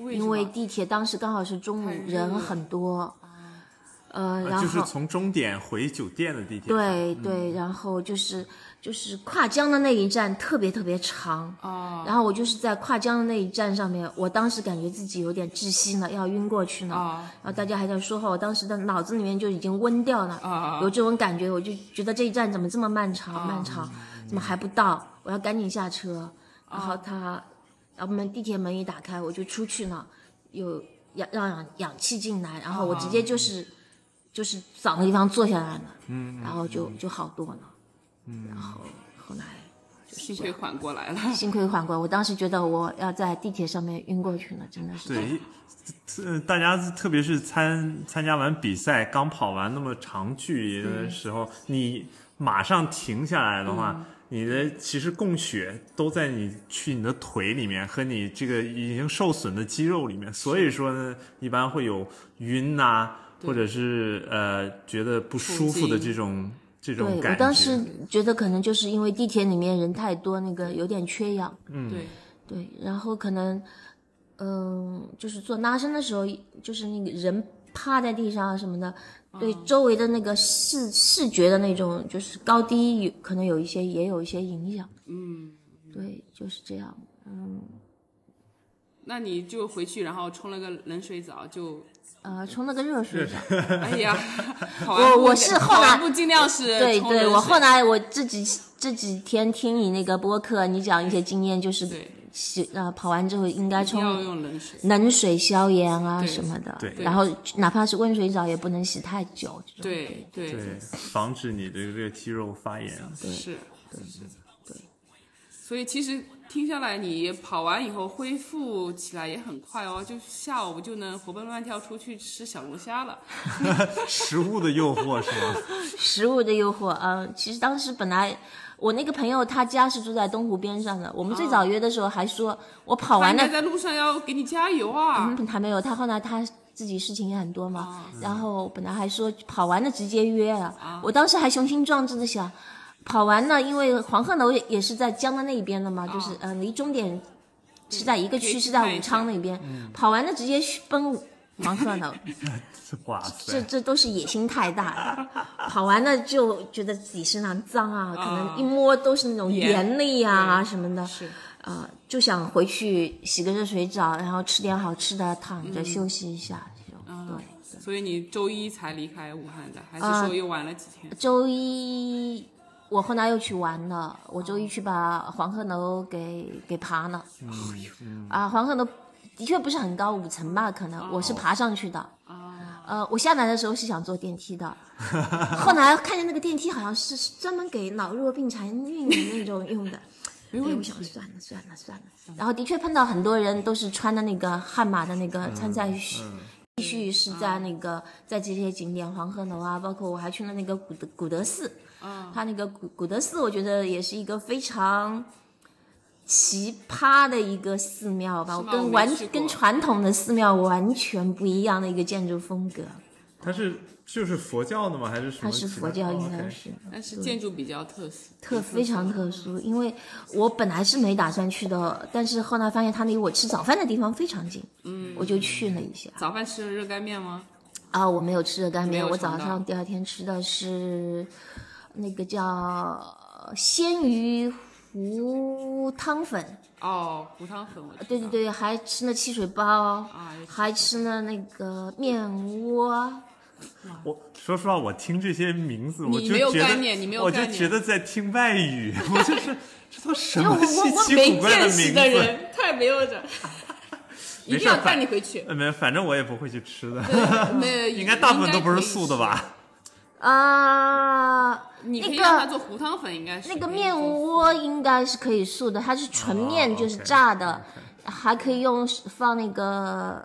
A: 为什
C: 因
A: 么
C: 为地铁当时刚好是中午
A: 太，热啊
C: 人
A: 了
C: 很多。呃，然
B: 啊就
C: 后、
B: 是从终点回酒店的地铁。，嗯
C: 对对，然后就是就是跨江的那一站特别特别长，
A: 啊
C: 然后我就是在跨江的那一站上面，我当时感觉自己有点窒息呢，要晕过去呢。
A: 啊
C: 然后大家还在说话，我当时的脑子里面就已经昏掉了，
A: 啊
C: 有这种感觉，我就觉得这一站怎么这么漫长，漫长，怎么还不到？我要赶紧下车。然后他，然后门地铁门一打开，我就出去了，有氧让氧氧气进来，然后我直接就是、就是找个地方坐下来了，嗯，然后就就好多了，嗯，然后后来
A: 幸亏缓过来了。
C: 幸亏缓过来，我当时觉得我要在地铁上面晕过去了，真的是。 [LAUGHS]
B: 对，呃，大家特别是参参加完比赛，刚跑完那么长距离的时候，你马上停下来的
C: 嗯
B: 话，你的其实供血都在你去你的腿里面和你这个已经受损的肌肉里面，所以说呢，一般会有晕呐、或者是呃觉得不舒服的这种这种
C: 对
B: 感觉。
C: 我当时觉得可能就是因为地铁里面人太多，那个有点缺氧。
A: 对，
C: 对，然后可能，嗯、就是做拉伸的时候，就是那个人趴在地上啊什么的，对
A: 嗯
C: 周围的那个视视觉的那种就是高低有可能有一些也有一些影响。
A: 嗯，
C: 对，就是这样。
A: 那你就回去，然后冲了个冷水澡，就
C: 呃，冲了个热水澡。
A: 哎呀，跑完步
C: 我我是后
A: 跑
C: 来
A: 完步尽量是
C: 对
A: [LAUGHS] 冲
C: 对，
A: 冷
C: 我
A: 水
C: 后来我这几这几天听你那个播客，你讲一些经验，就是
A: 对
C: 洗呃跑完之后应该
A: 一定要
C: 冲
A: 用冷水。
C: 冷水消炎啊
A: 对
C: 什么的。
B: 对
C: 然后哪怕是温水澡也不能洗太久。这种
A: 对对
B: 对，防止你的这个肌肉发炎。
A: 是
C: 对对。
A: 所以其实听下来，你跑完以后恢复起来也很快哦，就下午就能活蹦乱跳出去吃小龙虾了。
B: 食物的诱惑是吗？ [LAUGHS]
C: 食物的诱惑啊、呃其实当时本来我那个朋友他家是住在东湖边上的，我们最早约的时候还说，我跑
A: 哦他
C: 完
A: 应
C: 了
A: 该，在路上要给你加油啊！
C: 嗯，还没有。他后来他自己事情也很多嘛，
A: 哦
C: 然后本来还说跑完了直接约了，我当时还雄心壮志的想。跑完了，因为黄鹤楼也也是在江的那一边的嘛，就是呃离终点是在一个
A: 哦可以
C: 区，
A: 去
C: 是在
A: 看一下嗯
C: 武昌那边。跑完了直接去奔黄鹤楼，
B: 哇
C: 这
B: 塞！
C: 这都是野心太大了。跑完了就觉得自己身上脏啊，可能一摸都是那种
A: 盐
C: 盐粒啊
A: 对
C: 什么的，
A: 是
C: 啊、就想回去洗个热水澡，然后吃点好吃的，躺
A: 嗯
C: 着休息一下。这种对，
A: 所以你周一才离开武汉的，还
C: 啊
A: 是说又玩了几天？
C: 周一我后来又去玩了，我周一去把黄鹤楼给给爬了。
A: 嗯
C: 啊，黄鹤楼的确不是很高，五层吧，可
A: 哦
C: 能我是爬上去的。呃，我下来的时候是想坐电梯的，后来看见那个电梯好像是是专门给老弱病残孕的那种用的，
A: [LAUGHS] 没
C: 哎，
A: 问
C: 我
A: 题
C: 想算了算了算了。然后的确碰到很多人都是穿的那个悍马的那个参赛须。
A: 嗯
C: 必须是在那个在这些景点，黄鹤楼啊，包括我还去了那个古德古德寺，
A: 嗯
C: 它那个古古德寺，我觉得也是一个非常奇葩的一个寺庙吧，
A: 是
C: 我
A: 吗我
C: 跟
A: 没
C: 完
A: 去过
C: 跟传统的寺庙完全不一样的一个建筑风格，
B: 它是就是佛教的吗？还是什么
C: 它
B: 其
C: 是
B: 他？
C: 佛教，应
B: 哦
C: 该
B: ，OK
C: 是
A: 但是建筑比较特殊，
C: 特非常特殊，因为我本来是没打算去的，但是后来发现它离我吃早饭的地方非常近，嗯，我就去了一下。
A: 早饭吃了热干面吗？
C: 啊，我没有吃热干
A: 没
C: 面，
A: 有
C: 我
A: 尝
C: 早
A: 到
C: 上第二天吃的是那个叫鲜鱼糊汤粉，
A: 哦，胡汤粉我知道
C: 啊对对对，还吃了汽水包，
A: 啊，也
C: 还吃了那个面窝。
B: 我说实话，我听这些名字，
A: 你
B: 我就
A: 没有
B: 觉得
A: 概念你没有
B: 我
A: 概
B: 就
A: 念
B: 觉得在听外语， [LAUGHS] 我就是这都什
C: 因为
B: 么
C: 我我
B: 稀
C: 我
B: 奇
A: 没
B: 古怪
A: 见识
B: 名
A: 的
B: 字？
A: 人太没有
B: [LAUGHS]
A: 着，一
B: 没
A: 定
B: 事儿
A: 要带你回去。
B: 呃，没，反正我也不会去吃的， [LAUGHS]
A: 没有，
B: 应该大部分都不是素的吧？
C: 啊、
A: 你可以
C: 那个
A: 让它做糊汤粉，应该是
C: 那个
A: 可以
C: 面
A: 做
C: 窝应该是可以素的，它是纯面，
B: 哦
C: 就是
B: OK，
C: 炸的，还可以用放那个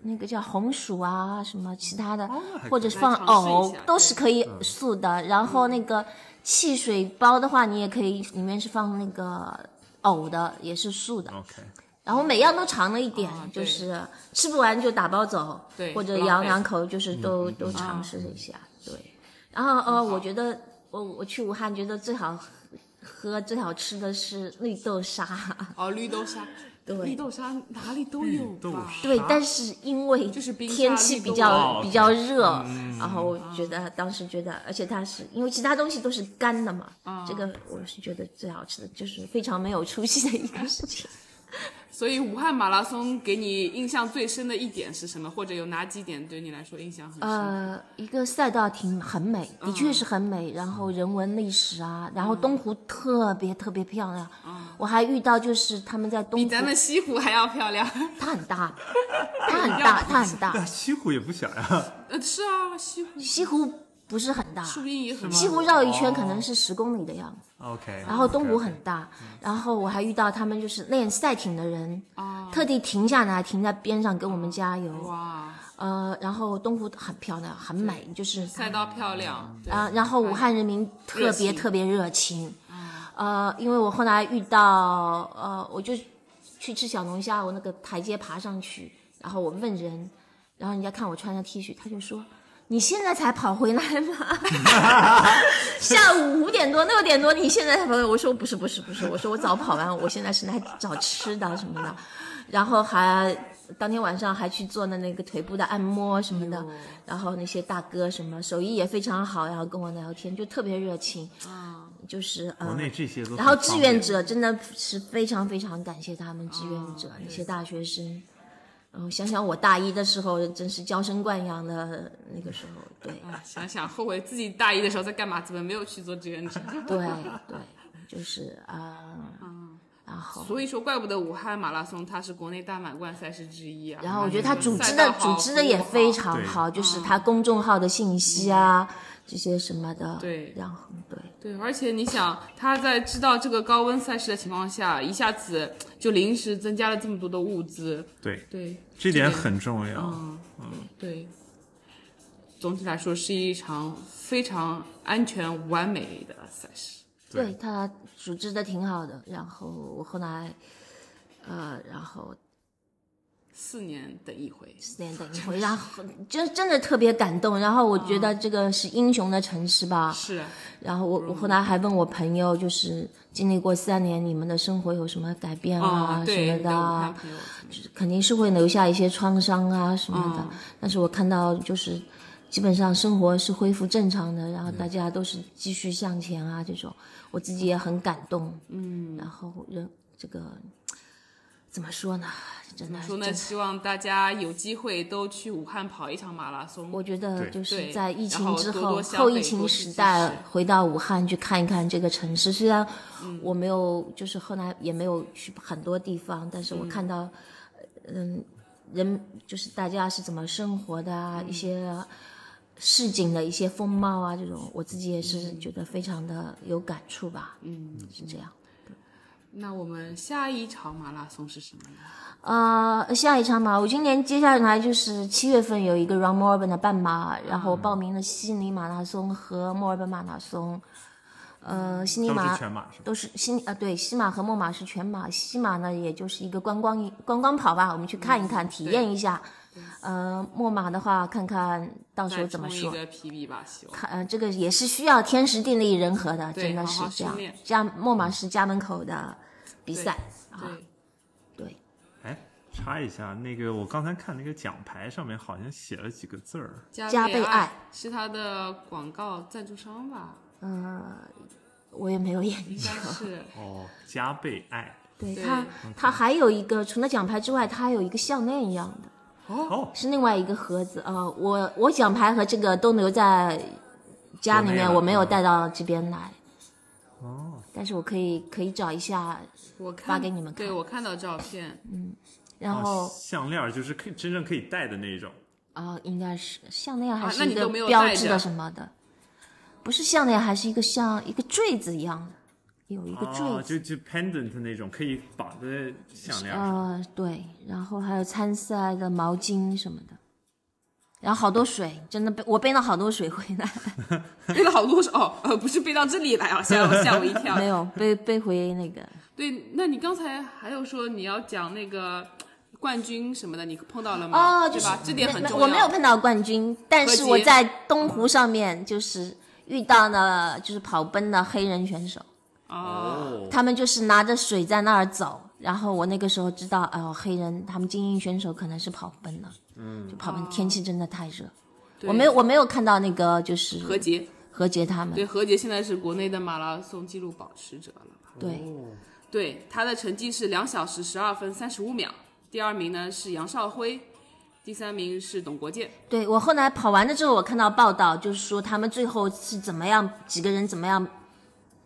C: 那个叫红薯啊什么其他的，
B: 那还
C: 或者
B: 可
C: 是放
A: 来尝试一
C: 藕
A: 下
C: 都是可以素的。然后那个汽水包的话，你也可以里面是放那个藕的，也是素的。
B: OK，
C: 然后每样都尝了一点，
A: 啊对
C: 就是吃不完就打包走，
A: 对
C: 或者
A: 不浪
C: 咬
A: 费啊
C: 两口，就是
B: 嗯
C: 都、都尝试一下，对。然后呃，我觉得我我去武汉觉得最好喝最好吃的是绿豆沙，
A: 哦，绿豆沙，
C: 对
A: 绿豆沙哪里都有
B: 豆
A: 吧？
B: 沙
C: [LAUGHS] 对，但是因为
A: 就是冰沙
C: 天气
A: 绿
C: 比
A: 豆啊
B: 哦
C: 较
B: ，OK 嗯
C: 比较热，然后我觉得当时觉得，而且它是因为其他东西都是干的嘛，
A: 啊
C: 这个我是觉得最好吃的，就是非常没有出息的一个事情。
A: 所以武汉马拉松给你印象最深的一点是什么？或者有哪几点对你来说印象很深？
C: 呃，一个赛道挺很美，的确是很美。然后人文历史啊，然后东湖特别特别漂亮。我还遇到就是他们在东
A: 比
C: 湖，
A: 咱们西湖还要漂亮。 [LAUGHS]
C: 它很大，它很大，它很
B: 那
C: 大。
B: 西湖也不小呀，
A: 呃，是啊，西湖
C: 西湖不是很大，
A: 树荫也很
C: 西湖绕一圈可能是十公里的样子。
B: OK，
C: 然后东
B: 哦
C: 湖
B: OK，OK
C: 很大，然后我还遇到他们就是练赛艇的人，特地停下来停在边上给我们加油。
A: 哇，
C: 呃，然后东湖很漂亮，很美，就是
A: 赛道漂亮对
C: 啊，然后武汉人民特
A: 热
C: 别
A: 情嗯
C: 特别热情，呃，因为我后来遇到呃，我就去吃小龙虾，我那个台阶爬上去，然后我问人，然后人家看我穿着 T 恤，他就说。你现在才跑回来吗？下午五点多、六点多，你现在才跑回来？我说不是，不是，不是，我说我早跑完，我现在是来找吃的什么的，然后还当天晚上还去做了那个腿部的按摩什么的，然后那些大哥什么手艺也非常好，然后跟我聊天就特别热情，就是呃
B: 国，内这些都很
C: 然后
B: 方
C: 志
B: 便
C: 愿者真的是非常非常感谢他们志愿者、那些大学生，然后想想我大一的时候真是娇生惯养的那个时候，对
A: 啊想想后悔自己大一的时候在干嘛，怎么没有去做志愿者？
C: 对对，就是啊、然后
A: 所以说，怪不得武汉马拉松它是国内大满贯赛事之一啊。
C: 然后我觉得他组织
A: 赛
C: 的
A: 道好
C: 组织的也非常
B: 对
C: 好，就是他公众号的信息啊、这些什么的，
A: 对
C: 然后对。
A: 对，而且你想，他在知道这个高温赛事的情况下，一下子就临时增加了这么多的物资，
B: 对，
A: 对，
B: 这点很重要。
C: 嗯
A: 对。总体来说，是一场非常安全完美的赛事。
B: 对
C: 对他组织的挺好的。然后我后来，呃，然后
A: 四年等一回，
C: 四点等一回， [LAUGHS] 然后真真的特别感动。然后我觉得这个是英雄的城市吧。
A: 是啊
C: 然后我我后来还问我朋友，就是经历过三年，你们的生活有什么改变
A: 啊，
C: 啊什
A: 对，
C: 么
A: 你
C: 的
A: 的武
C: 啊
A: 汉？朋友怎么样
C: 肯定是会留下一些创伤啊什么的。
A: 嗯
C: 但是我看到就是基本上生活是恢复正常的，然后
A: 嗯
C: 大家都是继续向前啊这种，我自己也很感动。嗯，然后人这个怎么说呢？真的，
A: 说呢，
C: 真的
A: 希望大家有机会都去武汉跑一场马拉松。
C: 我觉得
B: 对
C: 就是
A: 对
C: 在疫
A: 然
C: 情
A: 后
C: 之
A: 多
C: 后，
A: 多消
C: 后
A: 费
C: 疫情
A: 多去
C: 时
A: 支
C: 代
A: 持
C: 回到武汉去看一看这个城市。虽然
A: 嗯
C: 我没有，就是后来也没有去很多地方，但是我看到，嗯，人就是大家是怎么生活的啊，
A: 嗯
C: 一些市井的一些风貌啊，这种我自己也
A: 嗯
C: 是觉得非常的有感触吧。嗯，是这样。
A: 那我们下一场马拉松是什么呢？
C: 呃，下一场嘛，我今年接下来就是七月份有一个 Run Melbourne 的半马，然后我报名了悉尼马拉松和墨尔本马拉松。呃，悉尼
B: 都
C: 马
B: 是全马是吧？
C: 都是西啊，对，西马和墨马是全马，西马呢也就是一个观光观光跑吧，我们去看一
A: 嗯
C: 看，体验一下。呃，墨马的话，看看到时候
A: 再
C: 怎
A: 冲
C: 么
A: 一
C: 说。
A: 个 PB 吧，希望。
C: 看，呃，这个也是需要天时地利人和的，
A: 对
C: 真的
A: 好
C: 是
A: 好
C: 这样
A: 训练。
C: 家墨马是家门口的比赛啊，
A: 对，
C: 对，
B: 哎，插一下，那个我刚才看那个奖牌上面好像写了几个字儿，
A: 加
C: 加
A: 倍
C: 倍爱
A: 是他的广告赞助商吧？
C: 呃，我也没有研
A: 应
C: 究。 [LAUGHS]
A: 该是。
B: 哦，加倍爱。
C: 对
A: 对嗯
C: 它，它还有一个除了奖牌之外，它还有一个项链一样的，
B: 哦，
C: 是另外一个盒子啊、呃我我奖牌和这个都留在家里
B: 国内
C: 面，
B: 了
C: 我没
A: 嗯
C: 有带到这边来，
B: 哦，
C: 但是我可以可以找一下，
A: 我看
C: 发给你们看
A: 对我看到照片， [LAUGHS]
C: 然后
B: 哦项链儿就是可以真正可以戴的那种。
C: 啊、呃应该是项链还
A: 啊那
C: 是
A: 你
C: 一
A: 都
C: 个
A: 没有
C: 标
A: 带
C: 志
A: 着
C: 的什么的，不是项链，还是一个像一个坠子一样的，有一个坠
B: 哦，
C: 子。
B: 就就 pendant 那种可以绑在项链上。
C: 呃，对，然后还有参赛的毛巾什么的，然后好多水，真的背我背了好多水回来，
A: 背了好多少？哦，呃，不是背到这里来啊，吓
C: [LAUGHS]
A: 我吓我一跳
C: 没。有背背回那个
A: 对，那你刚才还有说你要讲那个冠军什么的，你碰到了吗？
C: [LAUGHS] 哦，就是
A: 对吧？这点很
C: 没
A: 重要。
C: 我没有碰到冠军，但是我
A: 合集
C: 在东湖上面就是遇到了就是跑奔的黑人选手，
A: 哦，
C: 他们就是拿着水在那儿走，然后我那个时候知道，哦，黑人他们精英选手可能是跑奔了，嗯，就跑奔，天气真的太热，
A: 对
C: 我没有我没有看到那个就是
A: 何洁，
C: 何洁他们，
A: 对何洁现在是国内的马拉松纪录保持者了吧？
C: 对，
A: 对，她的成绩是两小时十二分三十五秒，第二名呢是杨少辉，第三名是董国建。
C: 对我后来跑完了之后，我看到报道，就是说他们最后是怎么样，几个人怎么样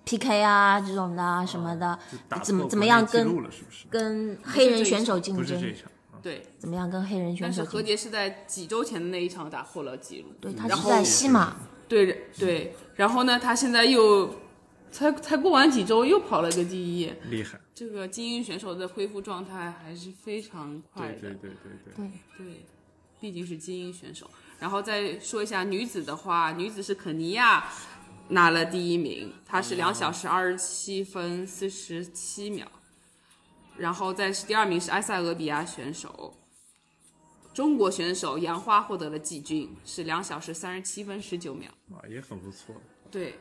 C: PK 啊这种的啊什么的，
B: 就打破
C: 怎么
B: 国
C: 怎么
B: 内
C: 样
B: 记
C: 跟
B: 录了？是不是？
C: 跟黑人选手
B: 不
C: 竞
B: 是这
C: 争
B: 一，场。啊
A: 对，
C: 怎么样跟黑人选
A: 但是
C: 手
A: 何
C: 竞争？
A: 洁是在几周前的那一场打破了纪录，嗯
C: 对，他
A: 然
C: 是
A: 后
C: 在西马，
A: 对对，然后呢，她现在又才才过完几周又跑了个第一，
B: 厉害，
A: 这个精英选手的恢复状态还是非常快
B: 对
A: 的。
B: 对对对对。
A: 对，毕竟是精英选手。然后再说一下女子的话，女子是肯尼亚拿了第一名，她是两小时二十七分四十七秒。然后再是第二名是埃塞俄比亚选手，中国选手杨花获得了季军，是两小时三十七分十九秒。
B: 啊，也很不错。
A: 对，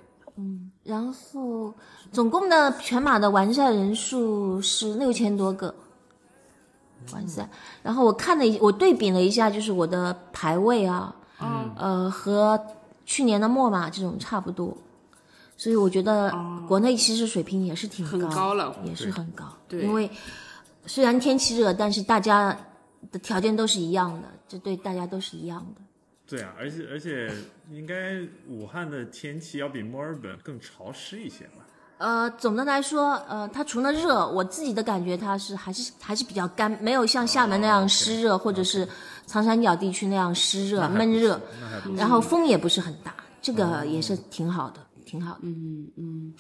C: 然后总共的全马的完赛人数是六千多个完赛。然后我看了一，我对比了一下，就是我的排位啊，
A: 嗯
C: 呃，和去年的墨马这种差不多，所以我觉得国内其实水平也是挺
A: 哦很
C: 高，
A: 高了
C: 也是很高。
A: 对
C: 因为虽然天气热，但是大家的条件都是一样的，这对大家都是一样的。
B: 对啊，而且而且应该武汉的天气要比墨尔本更潮湿一些吧？
C: 呃，总的来说，呃，它除了热，我自己的感觉它是还是还是比较干，没有像厦门那
B: 哦
C: 样
B: ，OK，
C: 湿热，或者是长三角地区那样湿热
B: 那还
C: 闷
B: 不
C: 热
B: 错，，那还不错。
C: 然后风也不是很大，这个也是挺好的，挺好的。
B: 嗯
A: 嗯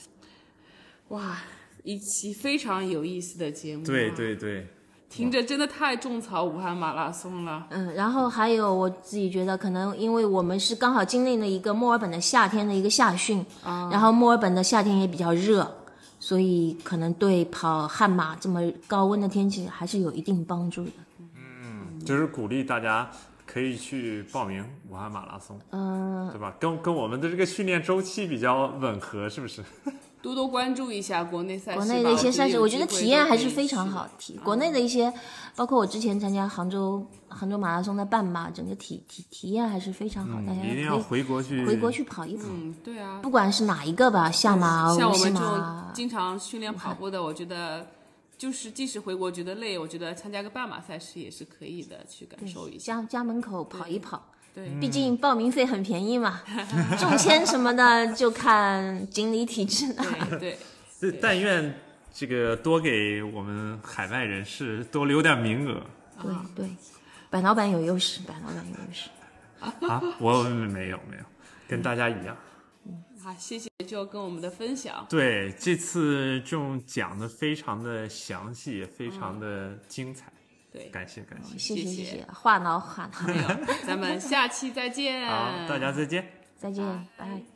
A: 哇，一期非常有意思的节目、啊
B: 对，对对，
A: 听着真的太种草武汉马拉松了。
C: 嗯，然后还有我自己觉得，可能因为我们是刚好经历了一个墨尔本的夏天的一个夏训，
B: 哦
C: 然后墨尔本的夏天也比较热，所以可能对跑悍马这么高温的天气还是有一定帮助的。
B: 就是鼓励大家可以去报名武汉马拉松，嗯，对吧？跟跟我们的这个训练周期比较吻合，是不是？
A: 多多关注一下国内赛事吧。
C: 国内的一些赛事，我觉得
A: 有机会
C: 体验
A: 都
C: 还
A: 可
C: 是
A: 以
C: 非常
A: 去嗯
C: 好。体国内的一些，包括我之前参加杭州杭州马拉松的半马，整个体体体验还是非常好，大家
B: 嗯一定要
C: 可
B: 回国去
C: 以回国去跑一跑，
A: 嗯，对啊，
C: 不管是哪一个吧，下马、
A: 像
C: 无
A: 我
C: 锡
A: 们这
C: 马
A: 种，经常训练跑步的，我觉得就是即使回国觉得累，我觉得参加个半马赛事也是可以的，去感受一下。
C: 家家门口跑一跑。
A: 对，嗯
C: 毕竟报名费很便
A: [LAUGHS]
C: 宜嘛，中签什么的就看锦鲤体质了。
A: 对对， [LAUGHS]
B: 这但愿这个多给我们海外人士多留点名
C: [LAUGHS]
B: 额。
C: 对
A: 嗯
C: 对，板老板有优势，板老板有优势。
B: 啊，我没有没有，跟大家一样。
A: 好，谢谢就跟我们的分享。
B: 对，这次就讲的非常的详细，也非常的精彩，
A: 对，
B: 感谢感谢。
C: 哦谢谢
A: 谢
C: 谢
A: 谢
C: 谢，话痨话痨，
A: 没有，咱们下期再见。
B: 好，大家再见。
C: 再见，拜。